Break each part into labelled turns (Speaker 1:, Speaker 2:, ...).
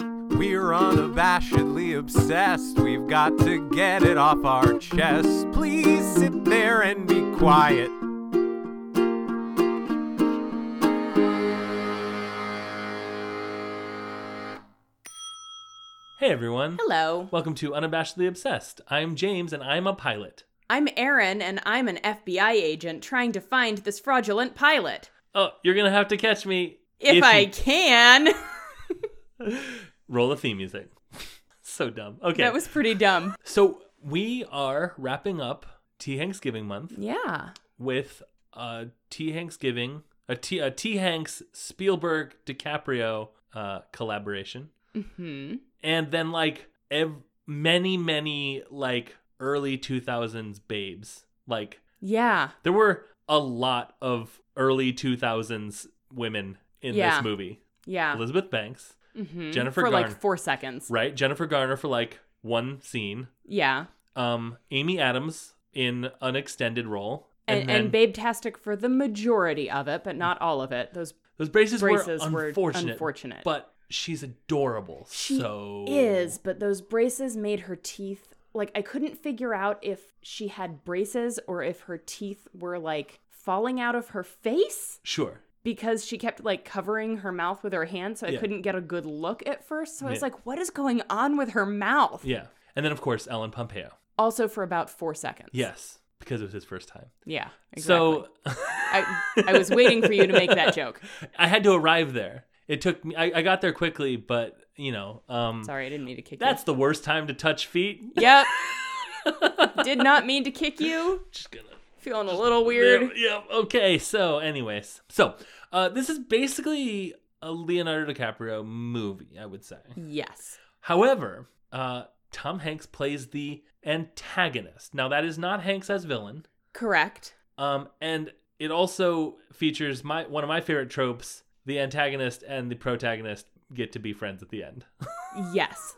Speaker 1: We're unabashedly obsessed. We've got to get it off our chest. Please sit there and be quiet.
Speaker 2: Hey everyone.
Speaker 3: Hello.
Speaker 2: Welcome to Unabashedly Obsessed. I'm James and I'm a pilot.
Speaker 3: I'm Aaron, and I'm an FBI agent trying to find this fraudulent pilot.
Speaker 2: Oh, you're going to have to catch me
Speaker 3: If,
Speaker 2: you-
Speaker 3: I can.
Speaker 2: roll a theme music. so dumb. Okay.
Speaker 3: That was pretty dumb.
Speaker 2: so we are wrapping up T Hanksgiving month
Speaker 3: Yeah.
Speaker 2: with a T Hanksgiving, a T a T Hanks Spielberg DiCaprio uh collaboration.
Speaker 3: hmm
Speaker 2: And then like ev- many many like early 2000s babes. Like
Speaker 3: Yeah.
Speaker 2: There were a lot of early 2000s women in
Speaker 3: Yeah.
Speaker 2: this movie.
Speaker 3: Yeah.
Speaker 2: Elizabeth Banks,
Speaker 3: Mhm.
Speaker 2: Jennifer
Speaker 3: For
Speaker 2: Garner.
Speaker 3: like four seconds.
Speaker 2: right? Jennifer Garner for like one scene.
Speaker 3: Yeah.
Speaker 2: Um, Amy Adams in an extended role.
Speaker 3: And,
Speaker 2: then
Speaker 3: and, Babe Tastic for the majority of it, but not all of it. Those
Speaker 2: those braces,
Speaker 3: braces
Speaker 2: were
Speaker 3: were
Speaker 2: unfortunate,
Speaker 3: unfortunate.
Speaker 2: But she's adorable.
Speaker 3: She
Speaker 2: so
Speaker 3: is, but those braces made her teeth like I couldn't figure out if she had braces or if her teeth were like falling out of her face.
Speaker 2: Sure.
Speaker 3: because she kept like covering her mouth with her hand so i
Speaker 2: Yeah.
Speaker 3: couldn't get a good look at first so i was
Speaker 2: Yeah.
Speaker 3: like what is going on with her mouth
Speaker 2: Yeah. And then, of course, Ellen Pompeo.
Speaker 3: also for about four seconds
Speaker 2: Yes. Because it was his first time.
Speaker 3: yeah exactly.
Speaker 2: So
Speaker 3: I, I was waiting for you to make that joke
Speaker 2: I had to arrive there. It took me, I, I got there quickly, but, you know, um,
Speaker 3: sorry i didn't mean to kick
Speaker 2: That's the worst time to touch feet.
Speaker 3: you yep did not mean to kick you
Speaker 2: Just gonna
Speaker 3: feeling a little weird
Speaker 2: Yeah, yeah, Okay. So, anyways, so uh, this is basically a Leonardo DiCaprio movie, I would say.
Speaker 3: yes
Speaker 2: However, uh, Tom Hanks plays the antagonist. Now, that is not Hanks as villain,
Speaker 3: correct
Speaker 2: um, and it also features my one of my favorite tropes: the antagonist and the protagonist get to be friends at the end.
Speaker 3: yes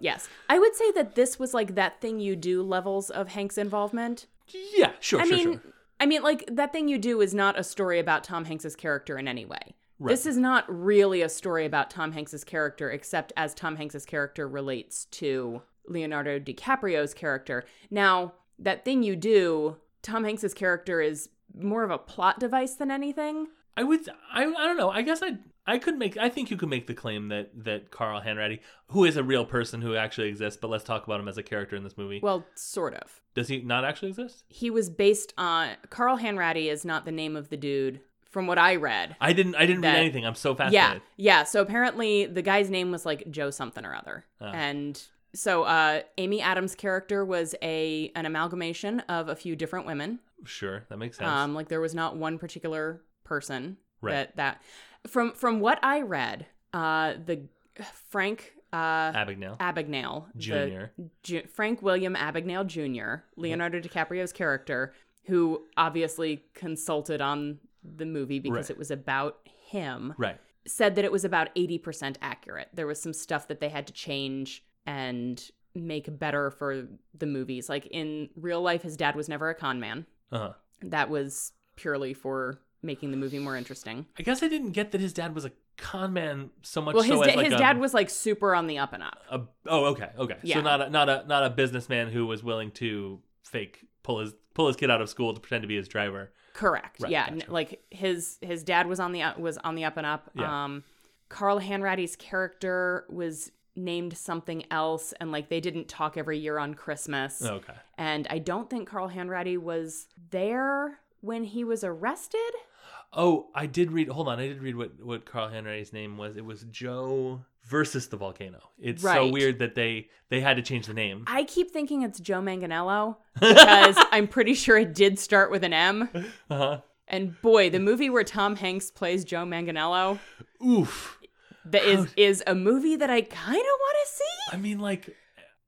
Speaker 3: yes i would say that this was like that thing you do levels of hank's involvement
Speaker 2: yeah, sure,
Speaker 3: I
Speaker 2: Oh, sure,
Speaker 3: mean,
Speaker 2: sure.
Speaker 3: I mean, like that thing you do is not a story about Tom Hanks's character in any way.
Speaker 2: Right.
Speaker 3: This is not really a story about Tom Hanks's character, except as Tom Hanks's character relates to Leonardo DiCaprio's character. Now, that thing you do, Tom Hanks's character is more of a plot device than anything.
Speaker 2: I would I I don't know. I guess I I could make I think you could make the claim that that Carl Hanratty, who is a real person who actually exists, but let's talk about him as a character in this movie.
Speaker 3: Well, sort of.
Speaker 2: Does he not actually exist?
Speaker 3: He was based on Carl Hanratty is not the name of the dude from what I read.
Speaker 2: I didn't I didn't
Speaker 3: That-
Speaker 2: read anything. I'm so
Speaker 3: yeah
Speaker 2: fascinated.
Speaker 3: yeah so apparently the guy's name was like joe something or other
Speaker 2: Ah.
Speaker 3: and so uh amy adams character was a an amalgamation of a few different women
Speaker 2: Sure, that makes sense.
Speaker 3: um like there was not one particular person
Speaker 2: Right.
Speaker 3: that that from from what i read uh the frank uh
Speaker 2: Abagnale
Speaker 3: abagnale the-
Speaker 2: Junior. Mm-hmm.
Speaker 3: Ju- Frank William Abagnale Jr., Leonardo DiCaprio's character, who obviously consulted on the movie because
Speaker 2: Right.
Speaker 3: it was about him,
Speaker 2: Right.
Speaker 3: said that it was about 80% accurate. There was some stuff that they had to change and make better for the movies. Like in real life, his dad was never a con man.
Speaker 2: Uh-huh.
Speaker 3: That was purely for making the movie more interesting.
Speaker 2: I guess I didn't get that his dad was a con man so much
Speaker 3: Well, his,
Speaker 2: so
Speaker 3: da-
Speaker 2: as like
Speaker 3: his
Speaker 2: a,
Speaker 3: dad was like super on the up and up.
Speaker 2: a- Oh, okay. Okay. So
Speaker 3: Yeah.
Speaker 2: not a, not a not a businessman who was willing to fake pull his pull his kid out of school to pretend to be his driver.
Speaker 3: Correct.
Speaker 2: Right,
Speaker 3: yeah, n-
Speaker 2: gotcha.
Speaker 3: like his his dad was on the up was on the up and up.
Speaker 2: Yeah.
Speaker 3: Um Carl Hanratty's character was named something else and like they didn't talk every year on Christmas.
Speaker 2: Okay.
Speaker 3: And I don't think Carl Hanratty was there when he was arrested.
Speaker 2: Oh, I did read. Hold on, I did read what what Carl Henry's name was. It was Joe versus the volcano. It's so
Speaker 3: Right.
Speaker 2: weird that they they had to change the name.
Speaker 3: I keep thinking it's Joe Manganello because I'm pretty sure it did start with an M.
Speaker 2: Uh-huh.
Speaker 3: And boy, the movie where Tom Hanks plays Joe Manganello
Speaker 2: Oof.
Speaker 3: that is is a movie that I kind of want to
Speaker 2: I
Speaker 3: see.
Speaker 2: mean, like,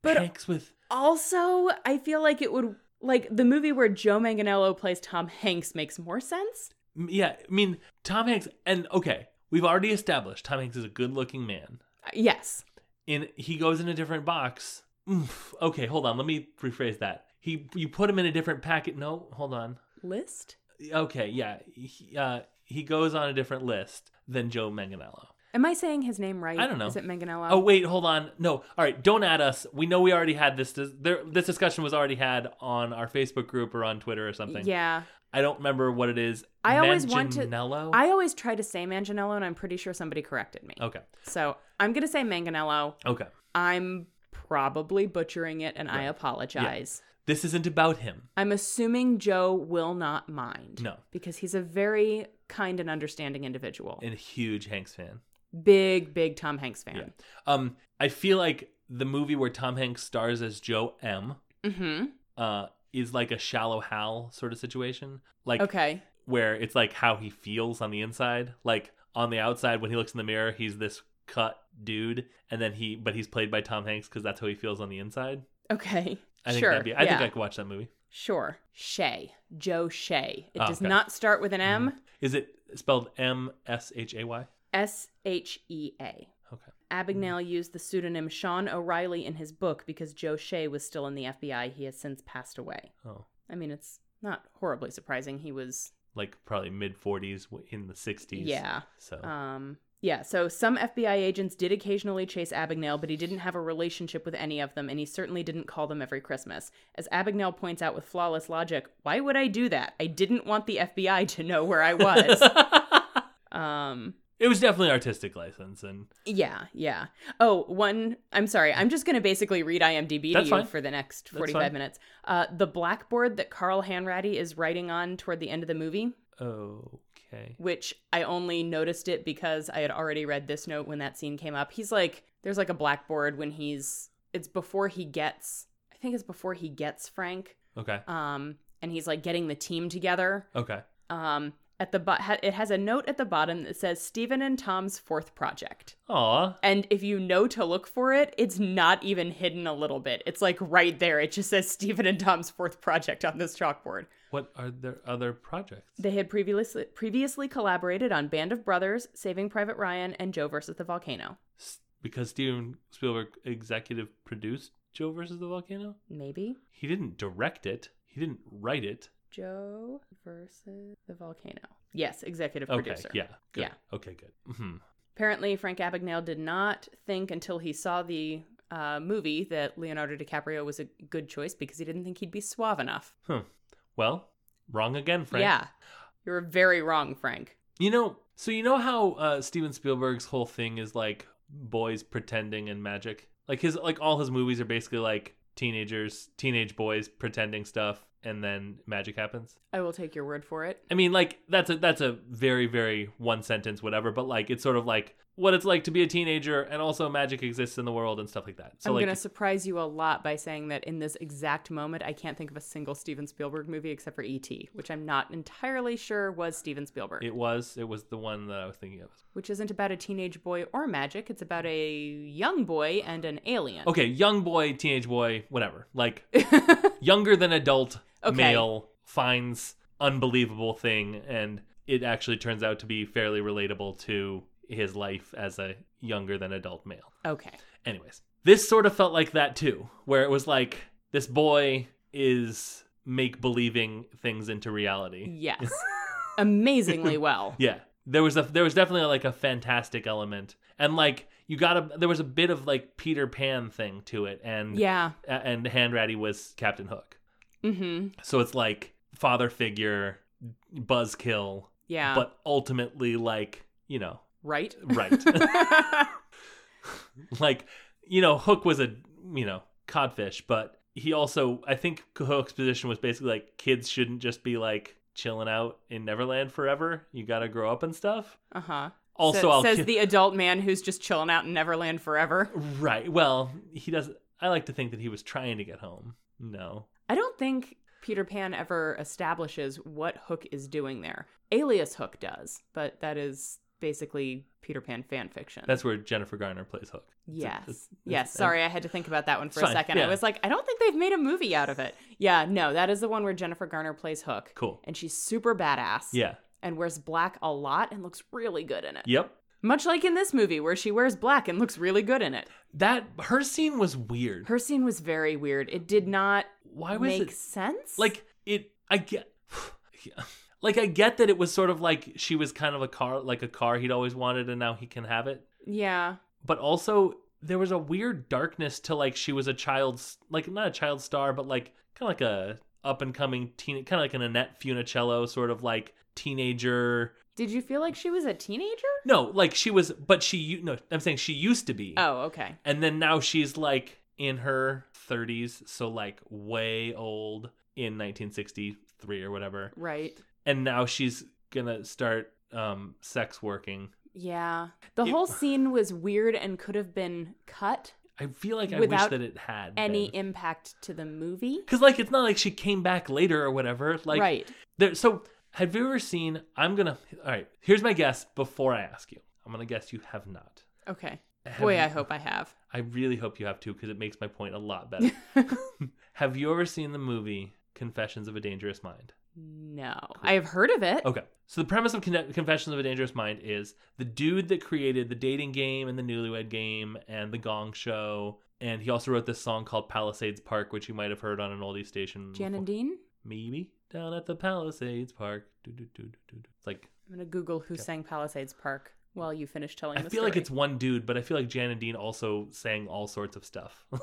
Speaker 3: But- uh,
Speaker 2: Hanks with
Speaker 3: also i feel like it would like the movie where joe manganello plays tom hanks makes more sense
Speaker 2: m- yeah. I mean, Tom Hanks and okay, we've already established Tom Hanks is a good looking man.
Speaker 3: Uh, yes
Speaker 2: In he goes in a different box. Oof. Okay, hold on. Let me rephrase that. He you put him in a different packet. No, hold on.
Speaker 3: list
Speaker 2: Okay, yeah. He, uh, he goes on a different list than Joe Manganiello.
Speaker 3: Am I saying his name right?
Speaker 2: I don't know.
Speaker 3: Is it Manganello?
Speaker 2: Oh wait, hold on. No, all right. Don't add us. We know we already had this. Dis- there, this discussion was already had on our Facebook group or on Twitter or something.
Speaker 3: yeah.
Speaker 2: I don't remember what it is.
Speaker 3: I always want to-
Speaker 2: Manganiello?
Speaker 3: I always try to say Manganello, and I'm pretty sure somebody corrected me.
Speaker 2: Okay.
Speaker 3: So I'm gonna say Manganello.
Speaker 2: Okay.
Speaker 3: I'm probably butchering it, and I apologize.
Speaker 2: This isn't about him.
Speaker 3: I'm assuming Joe will not mind.
Speaker 2: No.
Speaker 3: because he's a very kind and understanding individual.
Speaker 2: And a huge Hanks fan.
Speaker 3: big, big Tom Hanks fan.
Speaker 2: Um, I feel like the movie where Tom Hanks stars as Joe M.
Speaker 3: Mm-hmm.
Speaker 2: Uh, is like a shallow Hal sort of situation. Like
Speaker 3: Okay.
Speaker 2: where it's like how he feels on the inside. Like on the outside, when he looks in the mirror, he's this cut dude, and then he, but he's played by Tom Hanks because that's how he feels on the inside.
Speaker 3: Okay.
Speaker 2: I think
Speaker 3: sure.
Speaker 2: that'd be. I
Speaker 3: yeah.
Speaker 2: think I could watch that movie.
Speaker 3: Sure. Shay. Joe Shay. It
Speaker 2: Oh,
Speaker 3: does
Speaker 2: okay. Mm-hmm.
Speaker 3: not start with an M.
Speaker 2: Is it spelled M S H A Y?
Speaker 3: S H E A.
Speaker 2: Okay.
Speaker 3: Abagnale used the pseudonym Sean O'Reilly in his book because Joe Shea was still in the FBI. He has since passed away.
Speaker 2: Oh,
Speaker 3: I mean, it's not horribly surprising. He was,
Speaker 2: like probably mid forties in the sixties.
Speaker 3: yeah.
Speaker 2: So
Speaker 3: Um, yeah, so some FBI agents did occasionally chase Abagnale, but he didn't have a relationship with any of them, and he certainly didn't call them every Christmas. As Abagnale points out with flawless logic, why would I do that? I didn't want the FBI to know where I was. um,
Speaker 2: it was definitely artistic license, and
Speaker 3: Yeah, yeah. Oh, one. I'm sorry. I'm just going to basically read IMDb to
Speaker 2: That's
Speaker 3: you
Speaker 2: fine.
Speaker 3: for the next
Speaker 2: That's
Speaker 3: 45
Speaker 2: fine.
Speaker 3: minutes. Uh, the blackboard that Carl Hanratty is writing on toward the end of the movie,
Speaker 2: okay.
Speaker 3: which I only noticed it because I had already read this note when that scene came up. He's like, there's like a blackboard when he's. It's before he gets. I think it's before he gets Frank.
Speaker 2: Okay.
Speaker 3: Um, and he's like getting the team together.
Speaker 2: Okay.
Speaker 3: Um, at the bo- ha- it has a note at the bottom that says Stephen and Tom's fourth project.
Speaker 2: Aw.
Speaker 3: And if you know to look for it, it's not even hidden a little bit. It's like right there. It just says Stephen and Tom's fourth project on this chalkboard.
Speaker 2: What are their other projects?
Speaker 3: They had previously previously collaborated on Band of Brothers, Saving Private Ryan, and Joe versus the Volcano.
Speaker 2: S- because Steven Spielberg executive produced Joe versus the volcano.
Speaker 3: Maybe
Speaker 2: He didn't direct it. He didn't write it.
Speaker 3: Joe versus the Volcano. Yes, executive
Speaker 2: Okay.
Speaker 3: producer.
Speaker 2: Yeah. Good.
Speaker 3: Yeah.
Speaker 2: Okay. Good. hmm
Speaker 3: Apparently, Frank Abagnale did not think until he saw the uh, movie that Leonardo DiCaprio was a good choice because he didn't think he'd be suave enough.
Speaker 2: Well, wrong again, Frank.
Speaker 3: Yeah, you were very wrong, Frank.
Speaker 2: You know, so you know how uh, Steven Spielberg's whole thing is like boys pretending and magic. Like his like all his movies are basically like teenagers, teenage boys pretending stuff, and then magic happens.
Speaker 3: I will take your word for it.
Speaker 2: I mean, like that's a that's a very very one sentence whatever, but like it's sort of like what it's like to be a teenager, and also magic exists in the world and stuff like that. So
Speaker 3: I'm
Speaker 2: like
Speaker 3: going to surprise you a lot by saying that in this exact moment, I can't think of a single Steven Spielberg movie except for E.T., which I'm not entirely sure was Steven Spielberg,
Speaker 2: it was it was the one that I was thinking of.
Speaker 3: which isn't about a teenage boy or magic. It's about a young boy and an alien.
Speaker 2: Okay, young boy, teenage boy, whatever. Like younger than adult
Speaker 3: Okay.
Speaker 2: male finds unbelievable thing and it actually turns out to be fairly relatable to his life as a younger than adult male.
Speaker 3: Okay.
Speaker 2: Anyways, this sort of felt like that too, where it was like this boy is make believing things into reality.
Speaker 3: Yes. Amazingly well.
Speaker 2: Yeah. There was a there was definitely like a fantastic element. And like you got a there was a bit of like Peter Pan thing to it and
Speaker 3: Yeah.
Speaker 2: a- and Hanratty was Captain Hook.
Speaker 3: Mm-hmm.
Speaker 2: So it's like father figure, buzzkill,
Speaker 3: Yeah.
Speaker 2: but ultimately like, you know,
Speaker 3: right? Uh-huh.
Speaker 2: right. like, you know, Hook was a, you know, codfish, but he also I think Hook's position was basically like kids shouldn't just be like chilling out in Neverland forever. You got to grow up and stuff.
Speaker 3: Uh-huh.
Speaker 2: Also,
Speaker 3: Sa-
Speaker 2: I'll
Speaker 3: says
Speaker 2: ki-
Speaker 3: the adult man who's just chilling out in Neverland forever.
Speaker 2: Right. Well, he doesn't I like to think that he was trying to get home. No.
Speaker 3: I don't think Peter Pan ever establishes what Hook is doing there. Alias Hook does, but that is basically Peter Pan fan fiction.
Speaker 2: That's where Jennifer Garner plays Hook.
Speaker 3: yes.
Speaker 2: it's-
Speaker 3: yes.
Speaker 2: it's-
Speaker 3: Sorry, I had to think about that one for
Speaker 2: It's
Speaker 3: a
Speaker 2: fine,
Speaker 3: second. I
Speaker 2: yeah.
Speaker 3: was like, I don't think they've made a movie out of it. Yeah, no, that is the one where Jennifer Garner plays Hook.
Speaker 2: Cool.
Speaker 3: And she's super badass.
Speaker 2: Yeah.
Speaker 3: And wears black a lot and looks really good in it.
Speaker 2: Yep.
Speaker 3: Much like in this movie where she wears black and looks really good in it.
Speaker 2: That her scene was weird.
Speaker 3: Her scene was very weird. It did not
Speaker 2: Why was
Speaker 3: make
Speaker 2: it
Speaker 3: sense.
Speaker 2: like it? I get Like I get that it was sort of like she was kind of a car like a car he'd always wanted and now he can have it.
Speaker 3: Yeah.
Speaker 2: But also there was a weird darkness to like she was a child's like not a child star but like kind of like a up and coming teen kind of like an Annette Funicello sort of like teenager.
Speaker 3: Did you feel like she was a teenager?
Speaker 2: No, like she was but she u- no, I'm saying she used to be.
Speaker 3: Oh, okay.
Speaker 2: And then now she's like in her 30s, so like way old in 1963 or whatever.
Speaker 3: Right.
Speaker 2: And now she's going to start um sex working.
Speaker 3: Yeah. The
Speaker 2: It-
Speaker 3: whole scene was weird and could have been cut.
Speaker 2: I feel like I wish
Speaker 3: Without
Speaker 2: that it had
Speaker 3: Any impact to the movie?
Speaker 2: cuz like it's not like she came back later or whatever. Like
Speaker 3: right.
Speaker 2: there so have you ever seen I'm going to All right, here's my guess before I ask you. I'm going to guess you have not.
Speaker 3: Okay.
Speaker 2: Have
Speaker 3: Boy,
Speaker 2: you-
Speaker 3: I hope I have.
Speaker 2: I really hope you have too cuz it makes my point a lot better. have you ever seen the movie Confessions of a Dangerous Mind?
Speaker 3: No. I have heard of it.
Speaker 2: Okay. So the premise of Con- Confessions of a Dangerous Mind is the dude that created the dating game and the newlywed game and the Gong Show, and he also wrote this song called Palisades Park, which you might have heard on an oldie station.
Speaker 3: Jan and
Speaker 2: before.
Speaker 3: Dean?
Speaker 2: Maybe down at the Palisades Park. Do, do, do, do, do, do. It's like
Speaker 3: I'm going to Google who sang Palisades Park while you finish telling
Speaker 2: I
Speaker 3: the
Speaker 2: feel like
Speaker 3: story.
Speaker 2: it's one dude, but I feel like Jan and Dean also sang all sorts of stuff.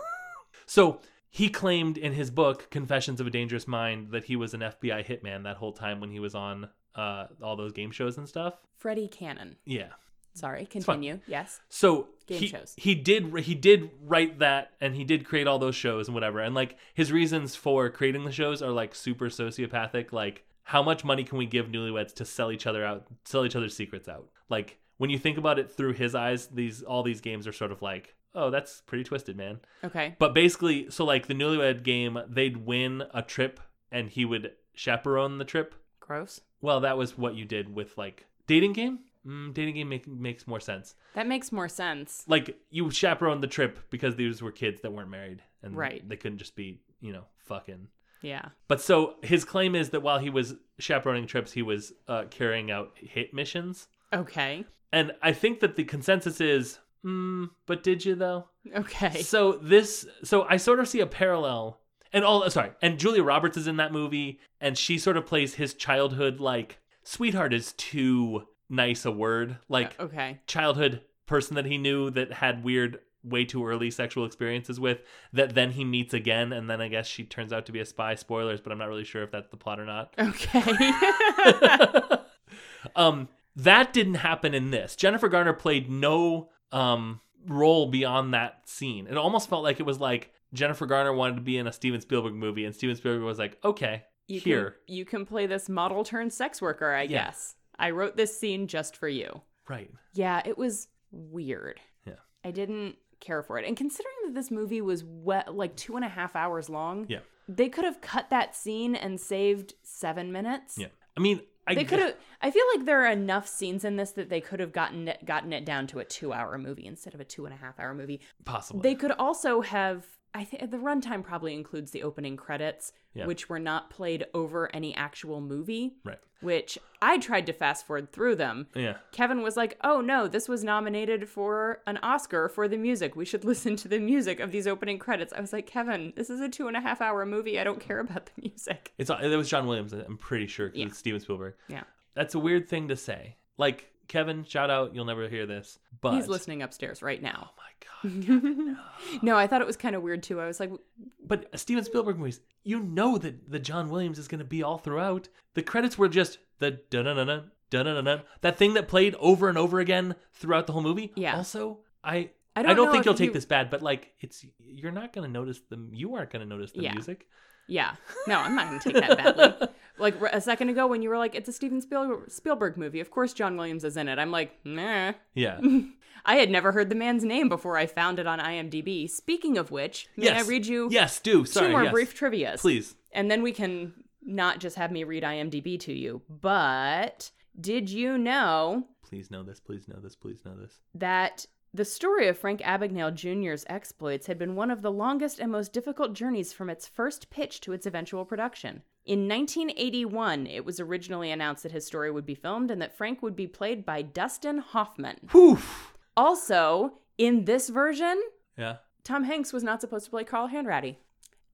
Speaker 2: so he claimed in his book Confessions of a Dangerous Mind that he was an FBI hitman that whole time when he was on uh, all those game shows and stuff.
Speaker 3: Freddie Cannon.
Speaker 2: Yeah.
Speaker 3: Sorry,
Speaker 2: fine.
Speaker 3: continue. Yes.
Speaker 2: So
Speaker 3: Game
Speaker 2: he,
Speaker 3: shows.
Speaker 2: he did he did write that and he did create all those shows and whatever and like his reasons for creating the shows are like super sociopathic like how much money can we give newlyweds to sell each other out sell each other's secrets out like when you think about it through his eyes these all these games are sort of like oh that's pretty twisted man
Speaker 3: Okay.
Speaker 2: but basically so like the newlywed game they'd win a trip and he would chaperone the trip
Speaker 3: Gross.
Speaker 2: well that was what you did with like dating game mm, dating game make, makes more sense
Speaker 3: That makes more sense.
Speaker 2: like you chaperoned the trip because these were kids that weren't married and
Speaker 3: Right.
Speaker 2: they couldn't just be you know fucking
Speaker 3: Yeah.
Speaker 2: but so his claim is that while he was chaperoning trips he was uh, carrying out hit missions
Speaker 3: Okay.
Speaker 2: and i think that the consensus is mm, but did you though
Speaker 3: Okay.
Speaker 2: so this so i sort of see a parallel and all uh, sorry and julia roberts is in that movie and she sort of plays his childhood like sweetheart is too nice a word like
Speaker 3: okay.
Speaker 2: childhood person that he knew that had weird way too early sexual experiences with that then he meets again and then i guess she turns out to be a spy spoilers but i'm not really sure if that's the plot or not
Speaker 3: Okay.
Speaker 2: um that didn't happen in this jennifer garner played no um role beyond that scene it almost felt like it was like jennifer garner wanted to be in a steven spielberg movie and steven spielberg was like okay
Speaker 3: you
Speaker 2: here
Speaker 3: Can, you can play this model turned sex worker, I
Speaker 2: Yeah.
Speaker 3: guess. I wrote this scene just for you.
Speaker 2: right
Speaker 3: Yeah, it was weird.
Speaker 2: Yeah.
Speaker 3: I didn't care for it. And considering that this movie was we- like two and a half hours long,
Speaker 2: Yeah.
Speaker 3: they could have cut that scene and saved seven minutes.
Speaker 2: yeah i mean i
Speaker 3: They
Speaker 2: gu-
Speaker 3: could have. I feel like there are enough scenes in this that they could have gotten it, gotten it down to a two-hour movie instead of a two and a half-hour movie.
Speaker 2: possibly
Speaker 3: They could also have. I think the runtime probably includes the opening credits,
Speaker 2: Yeah.
Speaker 3: which were not played over any actual movie.
Speaker 2: right
Speaker 3: Which I tried to fast forward through them.
Speaker 2: yeah
Speaker 3: Kevin was like, "Oh no, this was nominated for an Oscar for the music. We should listen to the music of these opening credits." I was like, "Kevin, this is a two and a half hour movie. I don't care about the music."
Speaker 2: It's it was John Williams. I'm pretty sure 'cause
Speaker 3: Yeah.
Speaker 2: it's Steven Spielberg.
Speaker 3: Yeah.
Speaker 2: that's a weird thing to say. Like Kevin, shout out. You'll never hear this, but
Speaker 3: He's listening upstairs right now.
Speaker 2: Oh my god!
Speaker 3: No, I thought it was kind of weird too. I was like,
Speaker 2: But Steven Spielberg movies, you know that the John Williams is going to be all throughout. The credits were just the da da da da da da da that thing that played over and over again throughout the whole movie.
Speaker 3: Yeah.
Speaker 2: Also, I.
Speaker 3: I
Speaker 2: I
Speaker 3: don't
Speaker 2: don't,
Speaker 3: know
Speaker 2: think
Speaker 3: if
Speaker 2: you'll take
Speaker 3: you-
Speaker 2: this bad, but like it's you're not gonna notice the you aren't gonna notice the
Speaker 3: Yeah.
Speaker 2: music.
Speaker 3: "Yeah, no, I'm not going to take that badly." like r- a second ago when you were like, "It's a Steven Spiel- Spielberg movie. Of course, John Williams is in it." I'm like, "Nah."
Speaker 2: Yeah.
Speaker 3: I had never heard the man's name before I found it on IMDb. Speaking of which, may
Speaker 2: yes.
Speaker 3: I read you
Speaker 2: Yes, do. Sorry.
Speaker 3: two more
Speaker 2: yes.
Speaker 3: brief trivia's?
Speaker 2: Please.
Speaker 3: and then we can not just have me read IMDb to you. But did you know
Speaker 2: Please know this. Please know this. Please know this.
Speaker 3: that the story of Frank Abagnale Jr.'s exploits had been one of the longest and most difficult journeys from its first pitch to its eventual production? In 1981, it was originally announced that his story would be filmed and that Frank would be played by Dustin Hoffman.
Speaker 2: Poof.
Speaker 3: Also, in this version,
Speaker 2: Yeah.
Speaker 3: Tom Hanks was not supposed to play Carl Hanratty.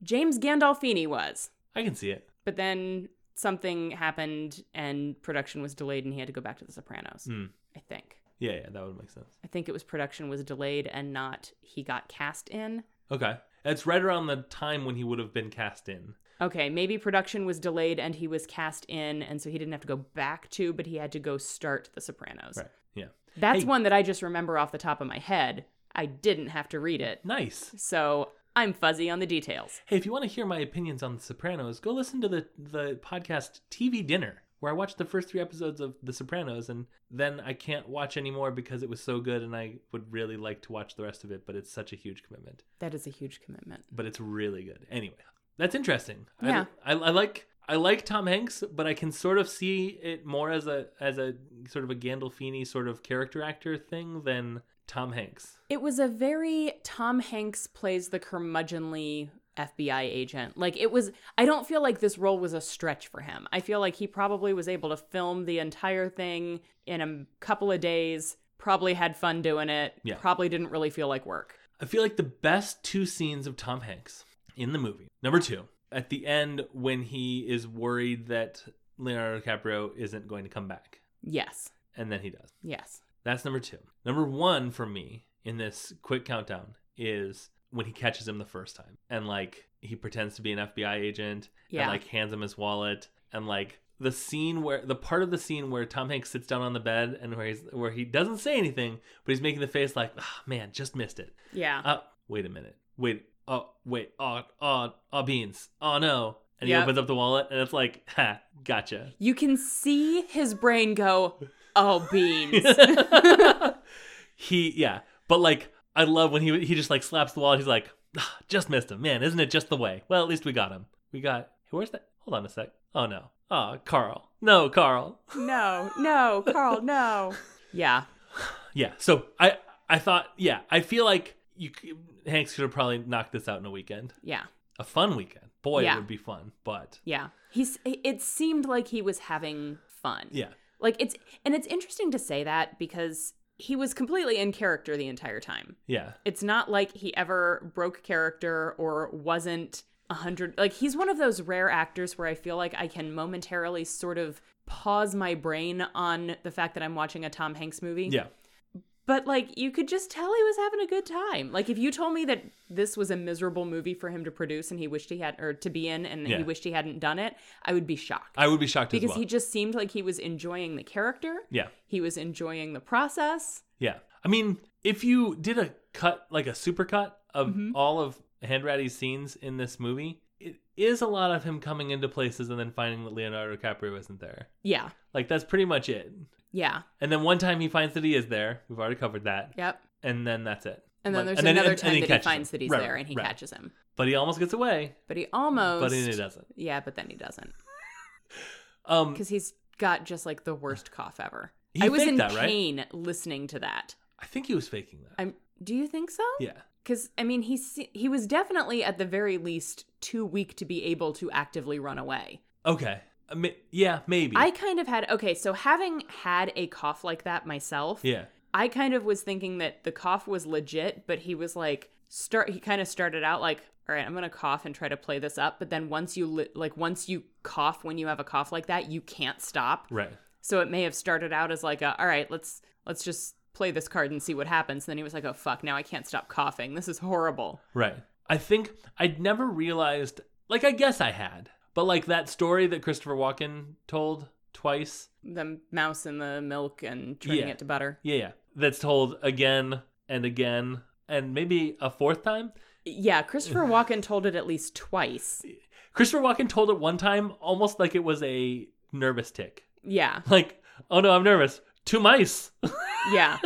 Speaker 3: James Gandolfini was.
Speaker 2: I can see it.
Speaker 3: But then something happened and production was delayed and he had to go back to The Sopranos.
Speaker 2: Hmm.
Speaker 3: I think.
Speaker 2: Yeah, yeah, that would make sense.
Speaker 3: I think it was production was delayed and not he got cast in.
Speaker 2: Okay. It's right around the time when he would have been cast in.
Speaker 3: Okay, maybe production was delayed and he was cast in, and so he didn't have to go back to, but he had to go start The Sopranos.
Speaker 2: Right. Yeah.
Speaker 3: That's
Speaker 2: Hey.
Speaker 3: one that I just remember off the top of my head. I didn't have to read it,
Speaker 2: Nice.
Speaker 3: so I'm fuzzy on the details.
Speaker 2: Hey, if you want to hear my opinions on The Sopranos, go listen to the the podcast TV Dinner, where I watched the first three episodes of The Sopranos, and then I can't watch anymore because it was so good, and I would really like to watch the rest of it, but it's such a huge commitment.
Speaker 3: That is a huge commitment.
Speaker 2: But it's really good. Anyway, that's interesting.
Speaker 3: Yeah.
Speaker 2: I, I, I like I like Tom Hanks, but I can sort of see it more as a as a sort of a Gandolfini sort of character actor thing than Tom Hanks.
Speaker 3: It was a very Tom Hanks plays the curmudgeonly FBI agent. Like it was I don't feel like this role was a stretch for him. I feel like he probably was able to film the entire thing in a couple of days, probably had fun doing it,
Speaker 2: Yeah.
Speaker 3: probably didn't really feel like work.
Speaker 2: I feel like the best two scenes of Tom Hanks in the movie. Number two, at the end when he is worried that Leonardo DiCaprio isn't going to come back,
Speaker 3: Yes.
Speaker 2: and then he does.
Speaker 3: Yes.
Speaker 2: That's number two. Number one for me in this quick countdown is when he catches him the first time and like he pretends to be an FBI agent
Speaker 3: Yeah.
Speaker 2: and like hands him his wallet and like the scene where the part of the scene where Tom Hanks sits down on the bed and where he's where he doesn't say anything but he's making the face like oh, man just missed it
Speaker 3: yeah.
Speaker 2: uh, wait a minute. Wait. Oh, wait. Oh, oh, oh, beans. Oh, no. And he
Speaker 3: Yep.
Speaker 2: opens up the wallet and it's like, ha, gotcha.
Speaker 3: you can see his brain go, "Oh, beans."
Speaker 2: he, yeah. But like, I love when he he just like slaps the wallet. He's like, ah, just missed him. Man, isn't it just the way? Well, at least we got him. We got, where's that? Hold on a sec. Oh, no. Oh, Carl. No, Carl.
Speaker 3: no. No, Carl, no. Yeah.
Speaker 2: Yeah. So I, I thought, yeah, I feel like you, c- Hanks could have probably knocked this out in a weekend.
Speaker 3: Yeah.
Speaker 2: A fun weekend. Boy,
Speaker 3: Yeah.
Speaker 2: it would be fun. But
Speaker 3: Yeah. He's it seemed like he was having fun.
Speaker 2: yeah.
Speaker 3: Like it's and it's interesting to say that because he was completely in character the entire time.
Speaker 2: Yeah.
Speaker 3: It's not like he ever broke character or wasn't a hundred like he's one of those rare actors where I feel like I can momentarily sort of pause my brain on the fact that I'm watching a Tom Hanks movie.
Speaker 2: Yeah.
Speaker 3: But like you could just tell he was having a good time. Like if you told me that this was a miserable movie for him to produce and he wished he had or to be in and
Speaker 2: Yeah.
Speaker 3: he wished he hadn't done it, I would be shocked.
Speaker 2: I would be shocked
Speaker 3: because
Speaker 2: as well.
Speaker 3: he just seemed like he was enjoying the character.
Speaker 2: yeah,
Speaker 3: He was enjoying the process.
Speaker 2: yeah. I mean, if you did a cut, like a supercut of
Speaker 3: Mhm.
Speaker 2: all of Handratty's scenes in this movie, it is a lot of him coming into places and then finding that Leonardo DiCaprio isn't there.
Speaker 3: Yeah.
Speaker 2: Like that's pretty much it.
Speaker 3: Yeah.
Speaker 2: And then one time he finds that he is there. We've already covered that.
Speaker 3: Yep.
Speaker 2: And then that's it.
Speaker 3: And then
Speaker 2: Like-
Speaker 3: there's another
Speaker 2: and- and
Speaker 3: time that he
Speaker 2: catches
Speaker 3: finds
Speaker 2: him.
Speaker 3: that he's
Speaker 2: Right,
Speaker 3: there
Speaker 2: right,
Speaker 3: and he
Speaker 2: right.
Speaker 3: catches him.
Speaker 2: But he almost gets away.
Speaker 3: But he almost
Speaker 2: But he doesn't.
Speaker 3: Yeah, but then he doesn't.
Speaker 2: Um,
Speaker 3: Because he's got just like the worst cough ever.
Speaker 2: He
Speaker 3: I was
Speaker 2: faked
Speaker 3: in
Speaker 2: that, right?
Speaker 3: pain listening to that.
Speaker 2: I think he was faking that.
Speaker 3: I'm do you think so?
Speaker 2: yeah,
Speaker 3: Because I mean, he se- he was definitely at the very least too weak to be able to actively run away.
Speaker 2: okay. I mean, yeah, maybe.
Speaker 3: I kind of had okay, so having had a cough like that myself,
Speaker 2: yeah,
Speaker 3: I kind of was thinking that the cough was legit, but he was like start. He kind of started out like, all right, I'm gonna cough and try to play this up, but then once you li- like once you cough when you have a cough like that, you can't stop.
Speaker 2: right.
Speaker 3: So it may have started out as like, a, all right, let's let's just play this card and see what happens. And then he was like, oh fuck, now I can't stop coughing. This is horrible.
Speaker 2: Right. I think I'd never realized, like, I guess I had, but like that story that Christopher Walken told twice.
Speaker 3: the mouse in the milk and turning
Speaker 2: Yeah.
Speaker 3: it to butter.
Speaker 2: Yeah, yeah. That's told again and again and maybe a fourth time.
Speaker 3: Yeah, Christopher Walken told it at least twice.
Speaker 2: Christopher Walken told it one time almost like it was a nervous tick.
Speaker 3: Yeah,
Speaker 2: Like, oh no, I'm nervous. Two mice.
Speaker 3: yeah.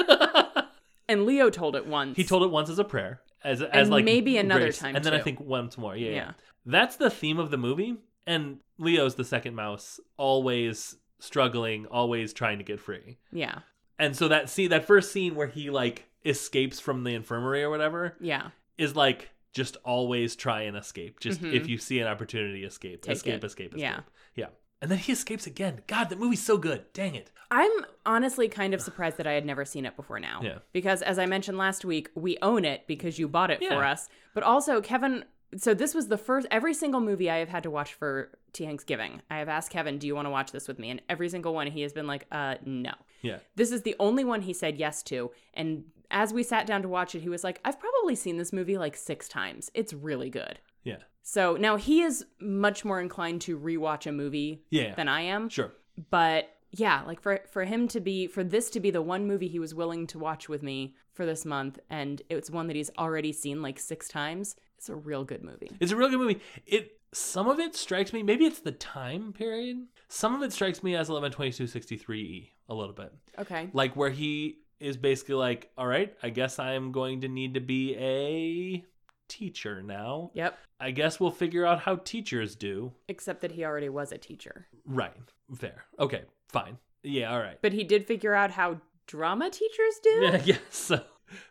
Speaker 3: and Leo told it once.
Speaker 2: he told it once as a prayer, as, as
Speaker 3: And
Speaker 2: like
Speaker 3: maybe another
Speaker 2: grace.
Speaker 3: time,
Speaker 2: And then I
Speaker 3: too.
Speaker 2: think once more. Yeah, yeah.
Speaker 3: Yeah.
Speaker 2: That's the theme of the movie. And Leo's the second mouse, always struggling, always trying to get free.
Speaker 3: Yeah,
Speaker 2: And so that see that first scene where he like escapes from the infirmary or whatever
Speaker 3: yeah,
Speaker 2: is like just always try and escape. Just
Speaker 3: Mhm.
Speaker 2: if you see an opportunity, escape,
Speaker 3: Take
Speaker 2: escape,
Speaker 3: it.
Speaker 2: escape, escape.
Speaker 3: yeah.
Speaker 2: yeah. And then he escapes again. God, that movie's so good. Dang it.
Speaker 3: I'm honestly kind of surprised that I had never seen it before now.
Speaker 2: Yeah.
Speaker 3: Because as I mentioned last week, we own it because you bought it
Speaker 2: Yeah.
Speaker 3: for us. But also, Kevin. So this was the first every single movie I have had to watch for T. Hanks giving. I have asked Kevin, do you want to watch this with me? And every single one, he has been like, uh, no.
Speaker 2: Yeah.
Speaker 3: This is the only one he said yes to. And as we sat down to watch it, he was like, I've probably seen this movie like six times. It's really good.
Speaker 2: Yeah.
Speaker 3: So now he is much more inclined to rewatch a movie
Speaker 2: Yeah.
Speaker 3: than I am.
Speaker 2: Sure.
Speaker 3: But yeah, like for for him to be for this to be the one movie he was willing to watch with me for this month, and it's one that he's already seen like six times. It's a real good movie.
Speaker 2: It's a real good movie. It some of it strikes me. Maybe it's the time period. Some of it strikes me as eleven twenty two sixty three e a little bit,
Speaker 3: Okay.
Speaker 2: like where he is basically like, "All right, I guess I'm going to need to be a teacher now.
Speaker 3: Yep.
Speaker 2: I guess we'll figure out how teachers do."
Speaker 3: Except that he already was a teacher,
Speaker 2: Right. Fair. Okay. Fine. Yeah. All right.
Speaker 3: but he did figure out how drama teachers do.
Speaker 2: Yeah. I guess so.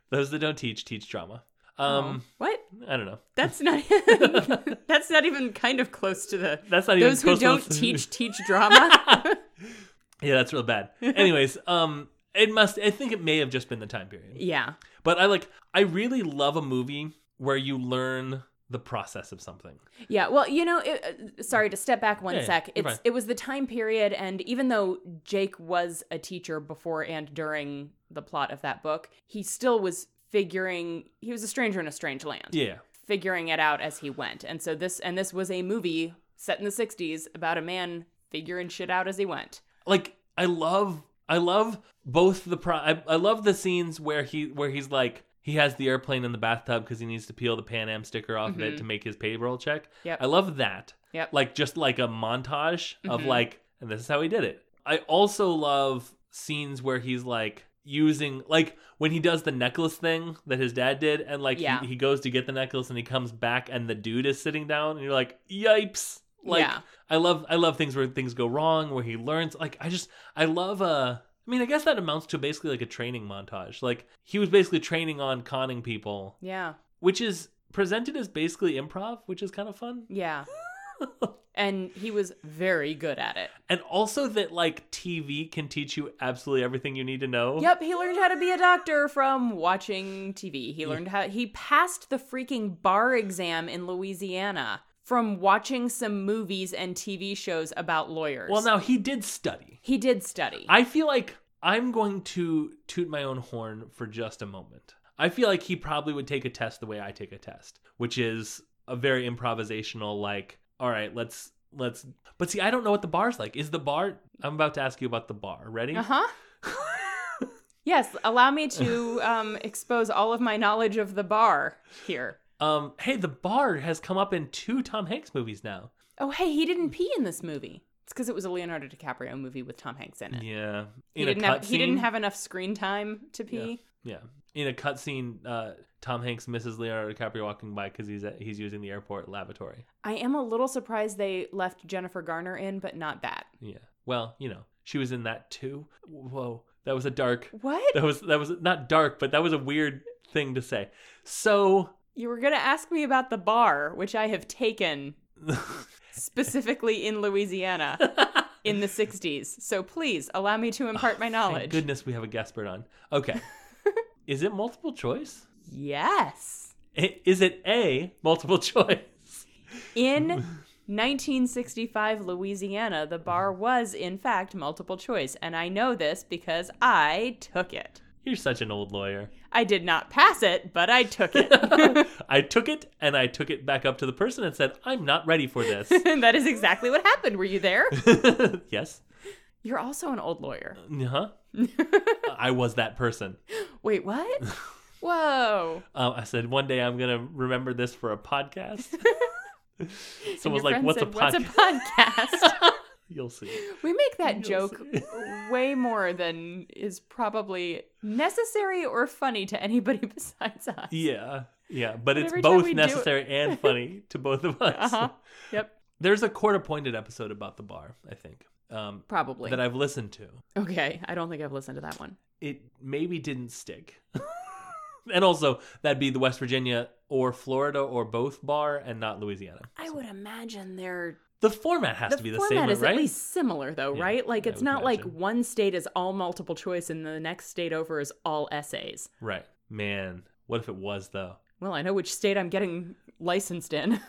Speaker 2: Those that don't teach teach drama. Um.
Speaker 3: Oh, what?
Speaker 2: I don't know.
Speaker 3: That's not. that's not even kind of close to the.
Speaker 2: That's not even
Speaker 3: Those who
Speaker 2: close
Speaker 3: don't
Speaker 2: enough to-
Speaker 3: teach teach drama.
Speaker 2: Yeah, that's real bad. Anyways, um, it must. I think it may have just been the time period.
Speaker 3: yeah.
Speaker 2: But I like. I really love a movie where you learn the process of something.
Speaker 3: Yeah, well, you know, it, uh, sorry to step back one
Speaker 2: Yeah, yeah,
Speaker 3: sec.
Speaker 2: you're
Speaker 3: It's
Speaker 2: fine.
Speaker 3: it was the time period, and even though Jake was a teacher before and during the plot of that book, he still was figuring. He was a stranger in a strange land,
Speaker 2: Yeah.
Speaker 3: figuring it out as he went. And so this and this was a movie set in the '60s about a man figuring shit out as he went.
Speaker 2: Like I love. I love both the pro. I, I love the scenes where he where he's like he has the airplane in the bathtub because he needs to peel the Pan Am sticker off of it
Speaker 3: Mhm.
Speaker 2: to make his payroll check.
Speaker 3: Yep.
Speaker 2: I love that.
Speaker 3: Yep.
Speaker 2: Like just like a montage of
Speaker 3: Mhm.
Speaker 2: like, and this is how he did it. I also love scenes where he's like using like when he does the necklace thing that his dad did and like
Speaker 3: Yeah.
Speaker 2: he, he goes to get the necklace and he comes back and the dude is sitting down and you're like yipes like
Speaker 3: Yeah.
Speaker 2: i love i love things where things go wrong where he learns like i just i love uh i mean i guess that amounts to basically like a training montage like he was basically training on conning people
Speaker 3: Yeah,
Speaker 2: which is presented as basically improv which is kind of fun
Speaker 3: yeah. and he was very good at it.
Speaker 2: And also that like TV can teach you absolutely everything you need to know.
Speaker 3: Yep, he learned how to be a doctor from watching TV. He learned how he passed the freaking bar exam in Louisiana from watching some movies and TV shows about lawyers.
Speaker 2: Well, now he did study.
Speaker 3: he did study.
Speaker 2: I feel like I'm going to toot my own horn for just a moment. I feel like he probably would take a test the way I take a test, which is a very improvisational like, all right, let's let's But see, I don't know what the bar's like. Is the bar I'm about to ask you about the bar. Ready?
Speaker 3: Uh huh. yes, allow me to um, expose all of my knowledge of the bar here.
Speaker 2: Um hey, the bar has come up in two Tom Hanks movies now.
Speaker 3: Oh, hey, he didn't pee in this movie. It's because it was a Leonardo DiCaprio movie with Tom Hanks in it.
Speaker 2: Yeah.
Speaker 3: He
Speaker 2: In a
Speaker 3: didn't, have, he didn't
Speaker 2: cutscene.
Speaker 3: have enough screen time to pee.
Speaker 2: Yeah. In a cutscene, uh, Tom Hanks misses Leonardo DiCaprio walking by because he's at, he's using the airport lavatory.
Speaker 3: I am a little surprised they left Jennifer Garner in, but not that.
Speaker 2: Yeah. Well, you know, she was in that too. Whoa, that was a dark.
Speaker 3: What?
Speaker 2: That was that was not dark, but that was a weird thing to say. So,
Speaker 3: You were going to ask me about the bar, which I have taken specifically in Louisiana in the 60s. So please allow me to impart my
Speaker 2: Oh, thank
Speaker 3: knowledge.
Speaker 2: goodness we have a Gaspard on. Okay. Is it multiple choice?
Speaker 3: Yes.
Speaker 2: I- Is it a multiple choice?
Speaker 3: In 1965 Louisiana, the bar was, in fact, multiple choice. And I know this because I took it.
Speaker 2: You're such an old lawyer.
Speaker 3: I did not pass it, but I took it.
Speaker 2: I took it and I took it back up to the person and said, "I'm not ready for this."
Speaker 3: that is exactly what happened. Were you there?
Speaker 2: yes.
Speaker 3: You're also an old lawyer.
Speaker 2: Uh huh. I was that person.
Speaker 3: Wait, what? Whoa.
Speaker 2: Um, I said one day I'm gonna remember this for a podcast.
Speaker 3: And
Speaker 2: Someone's like,
Speaker 3: your friend
Speaker 2: "What's a
Speaker 3: said, "What's
Speaker 2: podcast?"
Speaker 3: podcast?"
Speaker 2: You'll see.
Speaker 3: we make that joke
Speaker 2: see.
Speaker 3: way more than is probably necessary or funny to anybody besides us.
Speaker 2: Yeah, yeah, but it's
Speaker 3: every time
Speaker 2: both
Speaker 3: we do-
Speaker 2: necessary and funny to both of us.
Speaker 3: Uh-huh. Yep.
Speaker 2: There's a court-appointed episode about the bar, I think, um,
Speaker 3: Probably.
Speaker 2: that I've listened to.
Speaker 3: okay. I don't think I've listened to that one.
Speaker 2: It maybe didn't stick. and also, that'd be the West Virginia or Florida or both bar, and not Louisiana.
Speaker 3: I would imagine they're
Speaker 2: The format has
Speaker 3: the,
Speaker 2: to be the
Speaker 3: format
Speaker 2: same,
Speaker 3: is
Speaker 2: right?
Speaker 3: at least similar though,
Speaker 2: Yeah,
Speaker 3: right? Like
Speaker 2: I
Speaker 3: it's
Speaker 2: would
Speaker 3: not like
Speaker 2: imagine.
Speaker 3: one state is all multiple choice and the next state over is all essays.
Speaker 2: Right, man. What if it was though?
Speaker 3: Well, I know which state I'm getting licensed in.